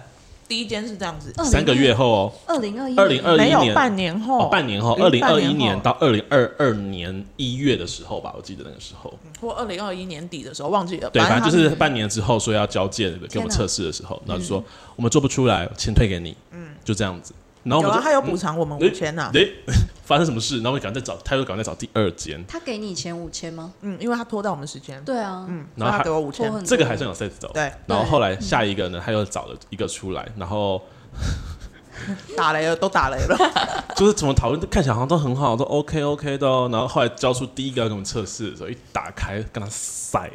[SPEAKER 3] 第一间是这样子，
[SPEAKER 2] 三个月后哦，
[SPEAKER 5] 二零二一
[SPEAKER 2] 二零二
[SPEAKER 3] 没
[SPEAKER 2] 一
[SPEAKER 3] 有
[SPEAKER 2] 年
[SPEAKER 3] 半年后，
[SPEAKER 2] 哦，半年后，
[SPEAKER 3] 嗯
[SPEAKER 2] 二零二一
[SPEAKER 3] 半年
[SPEAKER 2] 年
[SPEAKER 3] 后
[SPEAKER 2] 到二零二二年一月的时候吧，我记得那个时候，
[SPEAKER 3] 或二零二一年底的时候忘记了，
[SPEAKER 2] 对，反
[SPEAKER 3] 他
[SPEAKER 2] 正就是半年之后说要交件给我们测试的时候，然后就
[SPEAKER 3] 嗯
[SPEAKER 2] 说我们做不出来，钱退给你，嗯，就这样子。然后
[SPEAKER 3] 有
[SPEAKER 2] 我
[SPEAKER 3] 啊，
[SPEAKER 2] 们
[SPEAKER 3] 他有补偿我们
[SPEAKER 2] 嗯
[SPEAKER 3] 五千啊呐、
[SPEAKER 2] 就，诶，发生什么事？然后我们赶快再找，他又赶快再找第二间，
[SPEAKER 5] 他给你前五千吗？
[SPEAKER 3] 嗯，因为他拖到我们时间，
[SPEAKER 5] 对啊，
[SPEAKER 3] 嗯，
[SPEAKER 2] 然后
[SPEAKER 3] 所以
[SPEAKER 2] 他
[SPEAKER 3] 他给我五千
[SPEAKER 5] 拖，很
[SPEAKER 2] 这个还算有 set 走。
[SPEAKER 3] 对，嗯
[SPEAKER 2] 然后后来下一个呢，他又找了一个出来，然后
[SPEAKER 3] 打雷了，都打雷
[SPEAKER 2] <laughs>
[SPEAKER 3] 了，
[SPEAKER 2] 就是怎么讨论，看起来好像都很好，都 OK OK 的哦。然后后来交出第一个要给我们测试的时候，一打开跟他塞，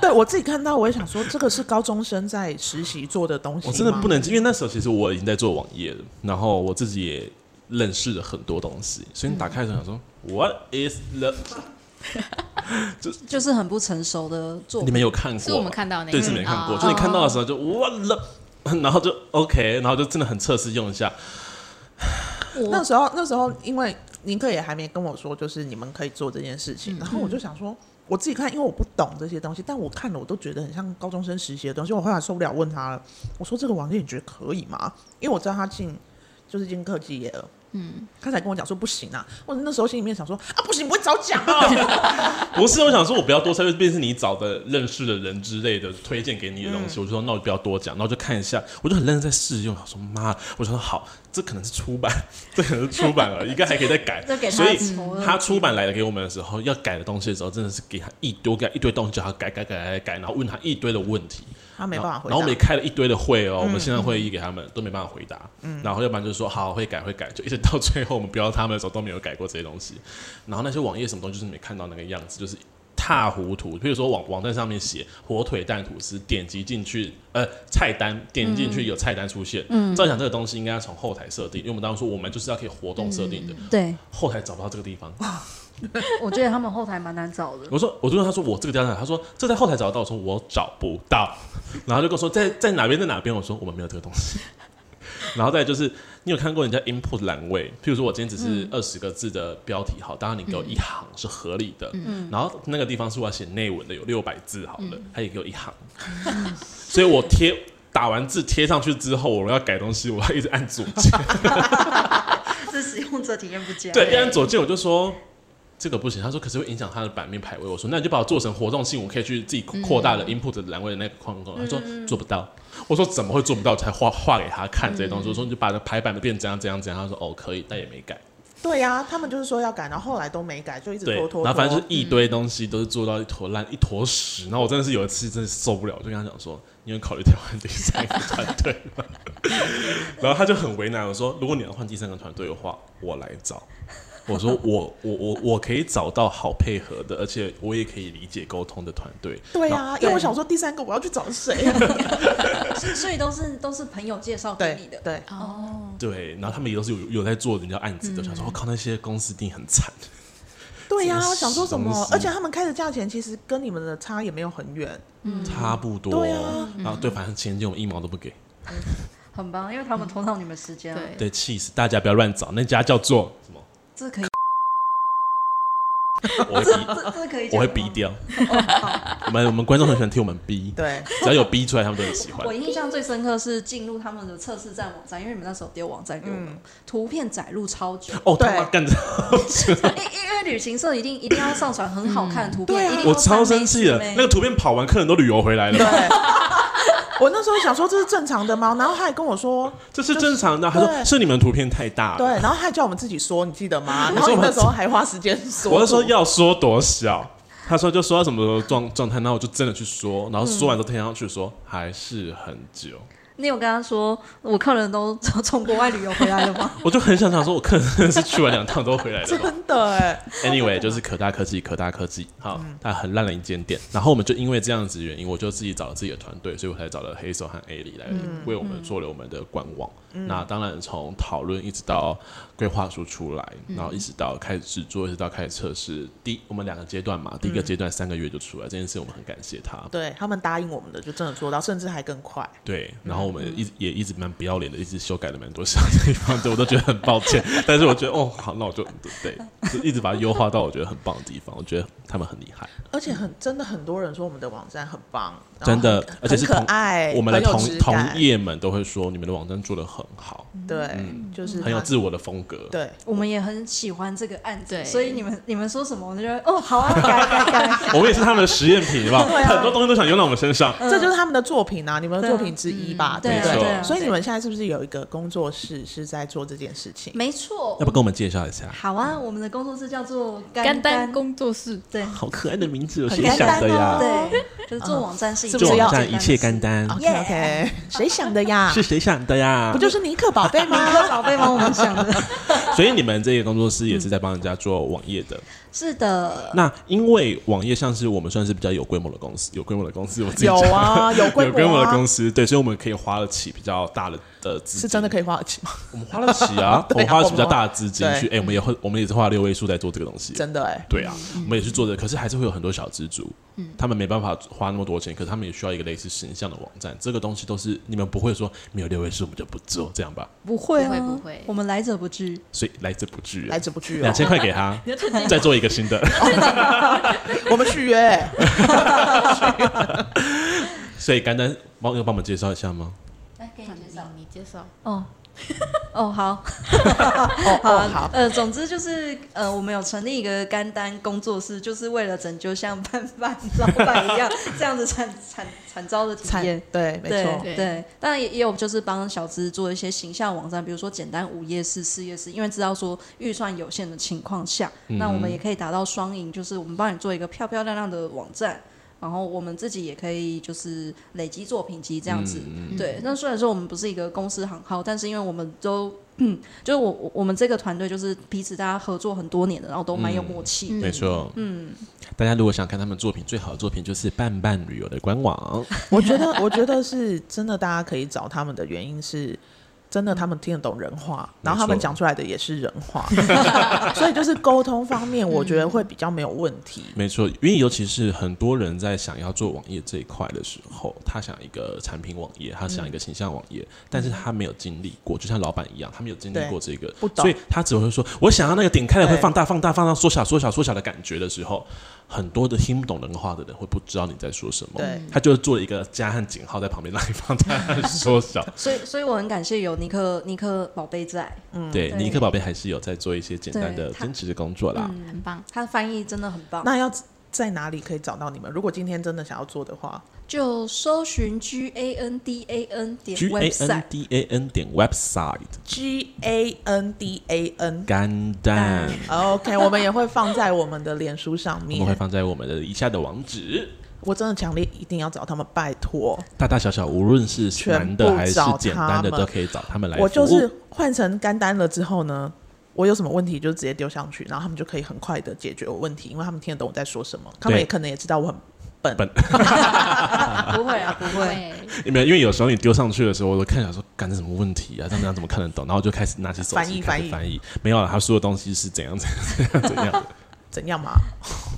[SPEAKER 3] 对我自己看到，我也想说，这个是高中生在实习做的东西
[SPEAKER 2] 哦我真的
[SPEAKER 3] 吗
[SPEAKER 2] 不能，因为那时候其实我已经在做网页了，然后我自己也认识了很多东西，所以你打开的时候想
[SPEAKER 3] 嗯
[SPEAKER 2] 说、What is the？
[SPEAKER 5] 就是很不成熟的做
[SPEAKER 2] 你
[SPEAKER 5] 法。
[SPEAKER 2] 们有看过吗？
[SPEAKER 4] 是我们看到那
[SPEAKER 2] 对，
[SPEAKER 4] 个
[SPEAKER 2] 是没看过，
[SPEAKER 4] 哦
[SPEAKER 2] 就你看到的时候就 What the？然后就 OK，然后就真的很测试用一下，
[SPEAKER 4] 啊
[SPEAKER 3] 那时候那时候因为尼克也还没跟我说，就是你们可以做这件事
[SPEAKER 2] 嗯
[SPEAKER 3] 情，然后我就想说。我自己看，因为我不懂这些东西，但我看了我都觉得很像高中生实习的东西。我后来受不了，问他了，我说这个网页你觉得可以吗？因为我知道他进就是进科技业了，嗯，他才跟我讲说不行啊。我那时候心里面想说啊，不行，不会早讲啊。
[SPEAKER 2] 不是我想说，我不要多猜，就变成你找的认识的人之类的推荐给你的东
[SPEAKER 4] 嗯
[SPEAKER 2] 西，我就说那我就不要多讲，然后就看一下，我就很认真在试用，我说妈，我想说好，这可能是出版， <laughs> 这可能是出版了，应该还可以再
[SPEAKER 4] <laughs>
[SPEAKER 2] 改，
[SPEAKER 5] 这给他
[SPEAKER 2] 所以
[SPEAKER 5] 仇恨
[SPEAKER 2] 他出版来了给我们的时候，要改的东西的时候，真的是给他一堆，我给他一堆东西，叫他改改改改改，然后问他一堆的问题。
[SPEAKER 3] 他没办法啊回
[SPEAKER 2] 然后我们也
[SPEAKER 3] 答。嗯
[SPEAKER 2] 开了一堆的会哦，我们线上会议给他们都没办法回答，然后要不然就说好会改会改， <laughs> 就一直到最后我们标到他们的时候都没有改过这些东西，然后那些网页什么东西就是没看到那个样子，就是踏糊涂。比如说网网站上面写火腿蛋吐司，点击进去呃菜单，点击进去
[SPEAKER 3] 嗯
[SPEAKER 2] 有菜单出现，照讲这个东西应该要从后台设定，因为我们当时说我们就是要可以活动设定的，
[SPEAKER 3] 嗯
[SPEAKER 5] 对，
[SPEAKER 2] 后台找不到这个地方，
[SPEAKER 5] 我觉得他们后台蛮难找的。
[SPEAKER 2] 我说，我就问他说我这个调查，他说这在后台找得到，我说我找不到， <laughs> 然后就跟我说在在哪边在哪边，我说我们没有这个东西。 <laughs> 然后再来就是，你有看过人家 input 栏位？譬如说我今天只是二十个字的标题，好，当然你给我一行是合理的，然后那个地方是我要写内文的，有六百字好了，他也给我一行， <laughs> 所以我贴打完字贴上去之后，我要改东西，我要一直按左键，
[SPEAKER 5] <laughs> 这使用者体验不佳。
[SPEAKER 2] 对，一按左键我就说这个不行，他说可是会影响他的版面排位。我说那你就把我做成活动性，我可以去自己扩大的 input 的栏位的那个框框。他说做不到。我说怎么会做不到？才画画给他看这些东西。我说你就把它排版的变怎样怎样怎样。他说哦可以，但也没改。
[SPEAKER 3] 对呀、他们就是说要改，然后后来都没改，就一直
[SPEAKER 2] 对，
[SPEAKER 3] 拖拖拖。
[SPEAKER 2] 然后反正就是一堆东西都是做到一坨烂一坨屎。然后我真的是有一次真的受不了，我就跟他讲说，你有考虑台湾第三个团队吗？ <laughs> 然后他就很为难，我说如果你要换第三个团队的话，我来找。我说我我我我可以找到好配合的，而且我也可以理解沟通的团队。
[SPEAKER 3] 对
[SPEAKER 2] 然后，
[SPEAKER 3] 呀、因为我想说第三个我要去找谁、 <laughs> 啊？
[SPEAKER 5] 所以都是都是朋友介绍给
[SPEAKER 3] 对
[SPEAKER 5] 你的。
[SPEAKER 3] 对，
[SPEAKER 5] 哦，
[SPEAKER 2] 对，然后他们也都是有有在做人家案子的，想说哦我靠那些公司一定很惨。
[SPEAKER 3] 对呀、
[SPEAKER 2] 什么
[SPEAKER 3] 我想说什么
[SPEAKER 2] 东？西
[SPEAKER 3] 而且他们开的价钱其实跟你们的差也没有很远。
[SPEAKER 2] 差不多，
[SPEAKER 3] 对啊
[SPEAKER 2] 然后对，反正钱就我们一毛都不给，
[SPEAKER 5] 很棒，因为他们拖到你们时间了，
[SPEAKER 4] 对，
[SPEAKER 2] 嗯对，气死大家不要乱找，那家叫做什么？
[SPEAKER 5] 这
[SPEAKER 2] <laughs>
[SPEAKER 5] 可以，
[SPEAKER 2] 我会逼
[SPEAKER 5] 这这可以讲
[SPEAKER 2] 我
[SPEAKER 5] 吗，
[SPEAKER 2] 会逼掉。我们我们观众很喜欢听我们逼，
[SPEAKER 3] <laughs> 对，
[SPEAKER 2] 只要有逼出来，他们都很喜欢
[SPEAKER 5] 我。印象最深刻是进入他们的测试站网站，因为你们那时候丢网站给我
[SPEAKER 3] 嗯
[SPEAKER 2] 嗯
[SPEAKER 5] 们，图片载入超久， <laughs>
[SPEAKER 2] 哦，他妈
[SPEAKER 3] 对
[SPEAKER 2] 干的，
[SPEAKER 5] 因因为旅行社一定一定要上传很好看的图
[SPEAKER 3] 对
[SPEAKER 5] 片，
[SPEAKER 3] 啊
[SPEAKER 5] 一定要
[SPEAKER 2] 嗯 <laughs> 我超生气的
[SPEAKER 5] 三。枚
[SPEAKER 2] 那个图片跑完，客人都旅游回来
[SPEAKER 3] 对
[SPEAKER 2] 了，。
[SPEAKER 3] 我那时候想说这是正常的吗？然后他还跟我说，
[SPEAKER 2] 这是正常的。他说
[SPEAKER 3] 对
[SPEAKER 2] 是你们图片太大
[SPEAKER 3] 对，
[SPEAKER 2] 了，
[SPEAKER 3] 然后他还叫我们自己说，你记得
[SPEAKER 2] <laughs>
[SPEAKER 3] 吗？
[SPEAKER 2] 我
[SPEAKER 3] 然
[SPEAKER 2] 说
[SPEAKER 3] 后
[SPEAKER 2] 我
[SPEAKER 3] 你
[SPEAKER 2] 们
[SPEAKER 3] 那时候还花时间说，
[SPEAKER 2] 我是说要说多小。他说就说到什么状状态，然后我就真的去说，然后说完
[SPEAKER 3] 嗯
[SPEAKER 2] 之后贴上去说还是很久，
[SPEAKER 5] 你有跟他说我客人都从国外旅游回来了
[SPEAKER 2] <laughs>
[SPEAKER 5] 吗？
[SPEAKER 2] 我就很想想说，我客人真的是去完两趟都回来了吧。
[SPEAKER 3] 真的哎，
[SPEAKER 2] Anyway，就是可大科技，可大科技，好，它很烂的一间店。然后我们就因为这样子的原因，我就自己找了自己的团队，所以我才找了黑手和 A 里来为我们做了我们的官网。那当然从讨论一直到规划书出来，然后一直到开始制作，一直到开始测试，第我们两个阶段嘛，第一个阶段三个月就出来，这件事我们很感谢他。
[SPEAKER 3] 对他们答应我们的就真的做到，甚至还更快。
[SPEAKER 2] 对，然后我们一直也一直蛮不要脸的，一直修改了蛮多小地方，对我都觉得很抱歉。但是我觉得哦，好，那我就对，就一直把它优化到我觉得很棒的地方，我觉得他们很厉害。
[SPEAKER 3] 而且很真的很多人说我们的网站很棒，然后
[SPEAKER 2] 真的
[SPEAKER 3] 很，
[SPEAKER 2] 而且是
[SPEAKER 3] 很
[SPEAKER 2] 同
[SPEAKER 3] 可爱，
[SPEAKER 2] 我们的
[SPEAKER 3] 很有
[SPEAKER 2] 同
[SPEAKER 3] 质感
[SPEAKER 2] 同业们都会说，你们的网站做的很好，
[SPEAKER 3] 对，就是
[SPEAKER 2] 很有
[SPEAKER 3] 它
[SPEAKER 2] 自嗯我的风格。
[SPEAKER 3] 对，
[SPEAKER 5] 我们也很喜欢这个案子，
[SPEAKER 4] 对
[SPEAKER 5] 所以你们你们说什么，我们就觉得哦好啊，
[SPEAKER 2] <laughs>
[SPEAKER 5] 改改改。
[SPEAKER 2] 我们也是他们的实验品，是 <laughs> 吧？很多东西都想用到我们身 <laughs> 上。
[SPEAKER 5] 嗯
[SPEAKER 3] 这就是他们的作品啊，你们的
[SPEAKER 5] 对啊
[SPEAKER 3] 作品之一吧，
[SPEAKER 5] 对
[SPEAKER 3] 对
[SPEAKER 5] 啊
[SPEAKER 3] 不
[SPEAKER 2] 没错对
[SPEAKER 5] 啊
[SPEAKER 3] 对？所以你们现在是不是有一个工作室是在做这件事情？
[SPEAKER 5] 没错
[SPEAKER 2] 要，不跟我们介绍一下？
[SPEAKER 5] 好啊，我们的工作室叫做
[SPEAKER 4] 干
[SPEAKER 5] 单
[SPEAKER 4] 单工作室，
[SPEAKER 5] 对
[SPEAKER 2] 好可爱的名字，有
[SPEAKER 3] 很
[SPEAKER 2] 谁
[SPEAKER 3] 简
[SPEAKER 2] 想
[SPEAKER 3] 单
[SPEAKER 2] 的呀？
[SPEAKER 3] 哦，
[SPEAKER 5] 对， <laughs> 就是做网站是一
[SPEAKER 3] 是
[SPEAKER 5] 件
[SPEAKER 3] 不
[SPEAKER 2] 嗯做
[SPEAKER 3] 是
[SPEAKER 2] 网
[SPEAKER 3] 要
[SPEAKER 2] 站一切干
[SPEAKER 5] 单
[SPEAKER 2] 单，
[SPEAKER 3] OK <laughs>
[SPEAKER 5] 嗯
[SPEAKER 3] OK，谁想的呀
[SPEAKER 2] <laughs> 是？谁想的呀？
[SPEAKER 3] 不就是尼克宝贝
[SPEAKER 5] <laughs>
[SPEAKER 3] 吗？
[SPEAKER 5] 的事。宝贝帮我们
[SPEAKER 2] <laughs>
[SPEAKER 5] 想的，
[SPEAKER 2] 所以你们这个工作室也是在帮人家做网页的。
[SPEAKER 5] 是的，
[SPEAKER 2] 那因为网页像是我们算是比较有规模的公司，有规模的公司，我自己
[SPEAKER 3] 有
[SPEAKER 2] 讲
[SPEAKER 3] 啊，有规
[SPEAKER 2] 有规模的
[SPEAKER 3] 啊
[SPEAKER 2] 公，司，对，所以我们可以花得起比较大的的资金，
[SPEAKER 3] 是真的可以花得起吗？
[SPEAKER 2] 我们花得起啊，我
[SPEAKER 3] <laughs> 对啊
[SPEAKER 2] 们花得起比较大的资金
[SPEAKER 3] 我们
[SPEAKER 2] 去，哎、我们也会，我们也是花六位数在做这个东西，
[SPEAKER 3] 真的哎，
[SPEAKER 2] 对啊，我们也是做的，可是还是会有很多小资族，
[SPEAKER 3] 嗯
[SPEAKER 2] 他们没办法花那么多钱，可是他们也需要一个类似形象的网站，这个东西都是你们不会说没有六位数我们就不做这样吧，
[SPEAKER 5] 不会
[SPEAKER 4] 不会
[SPEAKER 5] 啊，
[SPEAKER 4] 不会
[SPEAKER 5] 我们来者不拒。
[SPEAKER 2] 所以来者不拒
[SPEAKER 3] 来
[SPEAKER 2] 人，
[SPEAKER 3] 者不拒
[SPEAKER 2] <laughs>
[SPEAKER 3] 哦
[SPEAKER 2] 两，千块给
[SPEAKER 3] <laughs>
[SPEAKER 2] 他，再做一个新的。 <laughs>
[SPEAKER 3] 我们续约哎。
[SPEAKER 2] 所以，刚刚帮要帮我们介绍一下吗？
[SPEAKER 5] 来给你介绍。
[SPEAKER 4] 你介绍，
[SPEAKER 5] 哦，哦好，
[SPEAKER 3] 哦哦好，
[SPEAKER 5] 呃，总之就是呃，我们有成立一个干单工作室，就是为了拯救像范范老板一样这样子惨惨惨遭的体
[SPEAKER 3] 惨
[SPEAKER 5] 验。
[SPEAKER 3] 对，没错，
[SPEAKER 5] 对对，当然也也有就是帮小资做一些形象网站，比如说简单午夜市、事业市，因为知道说预算有限的情况下，那我们也可以达到双赢，就是我们帮你做一个漂漂亮亮的网站，然后我们自己也可以就是累积作品集这样子。
[SPEAKER 2] 嗯嗯
[SPEAKER 4] 嗯
[SPEAKER 5] 对，那虽然说我们不是一个公司行号，但是因为我们都，嗯，就是我我我们这个团队就是彼此大家合作很多年的，然后都蛮有默契的。
[SPEAKER 4] 嗯
[SPEAKER 2] 没错。
[SPEAKER 5] 嗯，
[SPEAKER 6] 大家如果想看他们作品，最好的作品就是伴伴旅游的官网。
[SPEAKER 3] <laughs> 我觉得，我觉得是真的，大家可以找他们的原因是。真的，他们听得懂人话，然后他们
[SPEAKER 6] 没错
[SPEAKER 3] 讲出来的也是人话， <laughs> 所以就是沟通方面，我觉得会比较没有问题。
[SPEAKER 2] 没错，因为尤其是很多人在想要做网页这一块的时候，他想一个产品网页，他想一个形象网页，
[SPEAKER 3] 嗯
[SPEAKER 2] 但是他没有经历过，就像老板一样，他没有经历
[SPEAKER 3] 对
[SPEAKER 2] 过这个
[SPEAKER 3] 不，懂
[SPEAKER 2] 所以他只会说我想要那个点开了会
[SPEAKER 3] 对
[SPEAKER 2] 放大、放大、放大、缩小、缩小、缩小的感觉的时候，很多的听不懂人话的人会不知道你在说什么，
[SPEAKER 3] 对，
[SPEAKER 2] 他就做了一个加和井号在旁边让你放大和缩
[SPEAKER 3] <laughs>
[SPEAKER 2] 小。
[SPEAKER 5] 所以所以我很感谢有尼克尼克宝贝在，
[SPEAKER 3] 嗯
[SPEAKER 2] 对，
[SPEAKER 5] 对
[SPEAKER 2] 尼克宝贝还是有在做一些简单
[SPEAKER 5] 对
[SPEAKER 2] 的
[SPEAKER 5] 他
[SPEAKER 2] 兼职的工作啦。
[SPEAKER 3] 嗯
[SPEAKER 4] 很棒。
[SPEAKER 5] 他的翻译真的很棒。
[SPEAKER 3] 那要在哪里可以找到你们？如果今天真的想要做的话，
[SPEAKER 5] 就搜寻 G A N D A N 点
[SPEAKER 2] G A N
[SPEAKER 5] website，
[SPEAKER 2] D A N 点 website
[SPEAKER 3] 嗯 G A N D A N。
[SPEAKER 2] 干蛋。
[SPEAKER 3] OK，我们也会放在我们的脸书上
[SPEAKER 2] 我们会
[SPEAKER 3] 面。
[SPEAKER 2] 放在我们的以下的网址，
[SPEAKER 3] 我真的强烈一定要找他们，拜托！
[SPEAKER 2] 大大小小，无论是难的还是简单的，
[SPEAKER 3] 全部找他们
[SPEAKER 2] 都可以找他们来服务。
[SPEAKER 3] 我就是换成干单了之后呢，我有什么问题就直接丢上去，然后他们就可以很快的解决我问题，因为他们听得懂我在说什么，他们也可能也知道我很笨。
[SPEAKER 2] 笨
[SPEAKER 5] 不会啊，不会。
[SPEAKER 4] 对，
[SPEAKER 2] 因为因为有时候你丢上去的时候，我都看想说，干这什么问题啊？这样怎么看得懂？然后就开始拿起手
[SPEAKER 3] 翻译
[SPEAKER 2] 机开始
[SPEAKER 3] 翻
[SPEAKER 2] 翻译，没有了，他说的东西是怎样怎样怎样怎样。 <laughs>
[SPEAKER 3] 怎样嘛？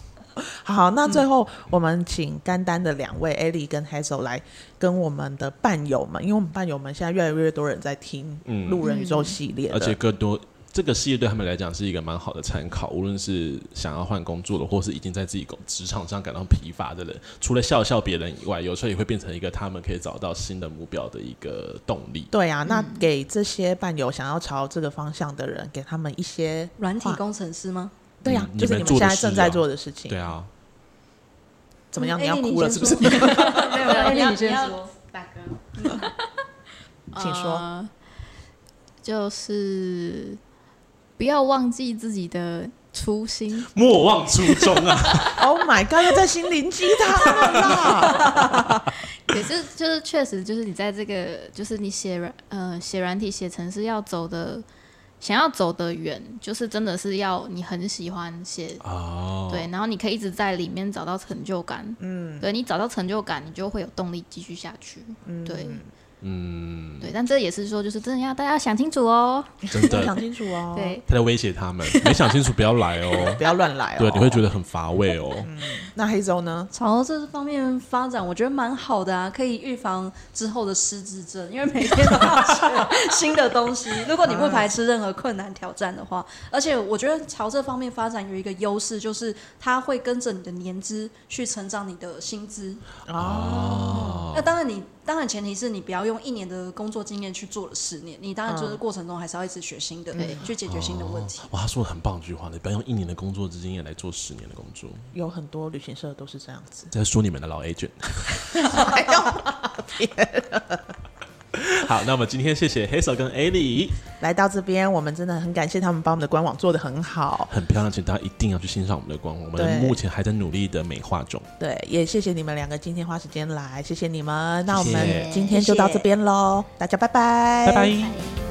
[SPEAKER 3] <laughs> 好，那最后我们请甘丹的两位 Ellie 跟 Hazel 来跟我们的伴友们，因为我们伴友们现在越来越多人在听
[SPEAKER 2] 嗯
[SPEAKER 3] 《路人宇宙》系列的，
[SPEAKER 2] 而且更多这个系列对他们来讲是一个蛮好的参考，无论是想要换工作的，或是已经在自己工职场上感到疲乏的人，除了笑笑别人以外，有时候也会变成一个他们可以找到新的目标的一个动力。
[SPEAKER 3] 对啊，那给这些伴友想要朝这个方向的人，给他们一些
[SPEAKER 5] 软体
[SPEAKER 3] 话
[SPEAKER 5] 工程师吗？
[SPEAKER 3] 对啊，
[SPEAKER 2] 嗯
[SPEAKER 3] 就是
[SPEAKER 2] 你
[SPEAKER 3] 你
[SPEAKER 2] 们
[SPEAKER 3] 们现
[SPEAKER 2] 做的
[SPEAKER 3] 在
[SPEAKER 2] 事
[SPEAKER 3] 正在
[SPEAKER 2] 啊
[SPEAKER 3] 做的事情，
[SPEAKER 2] 对，啊，
[SPEAKER 3] 怎么样？
[SPEAKER 5] 嗯
[SPEAKER 3] 你要
[SPEAKER 5] Ellie，你
[SPEAKER 3] 哭了
[SPEAKER 5] 先
[SPEAKER 3] 是不是
[SPEAKER 5] 说？没有没有
[SPEAKER 4] 你要
[SPEAKER 5] ，Ellie 你先
[SPEAKER 4] 你要
[SPEAKER 5] 说。
[SPEAKER 4] 大哥，
[SPEAKER 3] 请说
[SPEAKER 4] 呃就是不要忘记自己的初心。
[SPEAKER 2] 莫忘初衷啊！
[SPEAKER 3] ？Oh my god，又在心灵鸡汤了啦！
[SPEAKER 4] 也是，就是确实，就是你在这个，就是你写软呃写软体写程式要走的，想要走得远，就是真的是要你很喜欢写，
[SPEAKER 2] 哦，
[SPEAKER 4] 对，然后你可以一直在里面找到成就感，嗯，对你找到成就感，你就会有动力继续下去，对
[SPEAKER 2] 嗯，
[SPEAKER 4] 对，但这也是说，就是真的要大家想清楚哦，
[SPEAKER 2] 真
[SPEAKER 3] 要
[SPEAKER 2] 的
[SPEAKER 3] 想，清楚哦，，
[SPEAKER 4] 对，
[SPEAKER 2] 他在威胁他们，没想清楚不要来
[SPEAKER 3] <laughs>
[SPEAKER 2] 哦。
[SPEAKER 3] 不要乱来哦。
[SPEAKER 2] 对，你会觉得很乏味哦。
[SPEAKER 3] 那黑周呢？
[SPEAKER 5] 朝啊这方面发展，我觉得蛮好的啊，可以预防之后的失智症，因为每天都要学新的东西。如果你不排斥任何困难挑战的话，而且我觉得朝这方面发展有一个优势，就是它会跟着你的年资去成长你的薪资。
[SPEAKER 2] 哦，
[SPEAKER 5] 那当然你，当然前提是你不要用一年的工作经验去做了十年，你当然就是过程中还是要一直学新的，去解决新的问题。
[SPEAKER 2] 哇，他说了很棒的一句话，你不要用一年的工作经验来做十年的工作。
[SPEAKER 3] 有很多旅行社都是这样子。
[SPEAKER 2] 在说你们的老 agent。好，那我们今天谢谢黑手跟 Ali，
[SPEAKER 3] 来到这边，我们真的很感谢他们把我们的官网做得很好，
[SPEAKER 2] 很漂亮，请大家一定要去欣赏我们的官网，我
[SPEAKER 3] 对
[SPEAKER 2] 们目前还在努力的美化中。
[SPEAKER 3] 对，也谢谢你们两个今天花时间来，谢谢你们。那我
[SPEAKER 2] 谢谢
[SPEAKER 3] 们今天就到这边喽，大家拜拜，
[SPEAKER 2] 拜拜。
[SPEAKER 4] 哎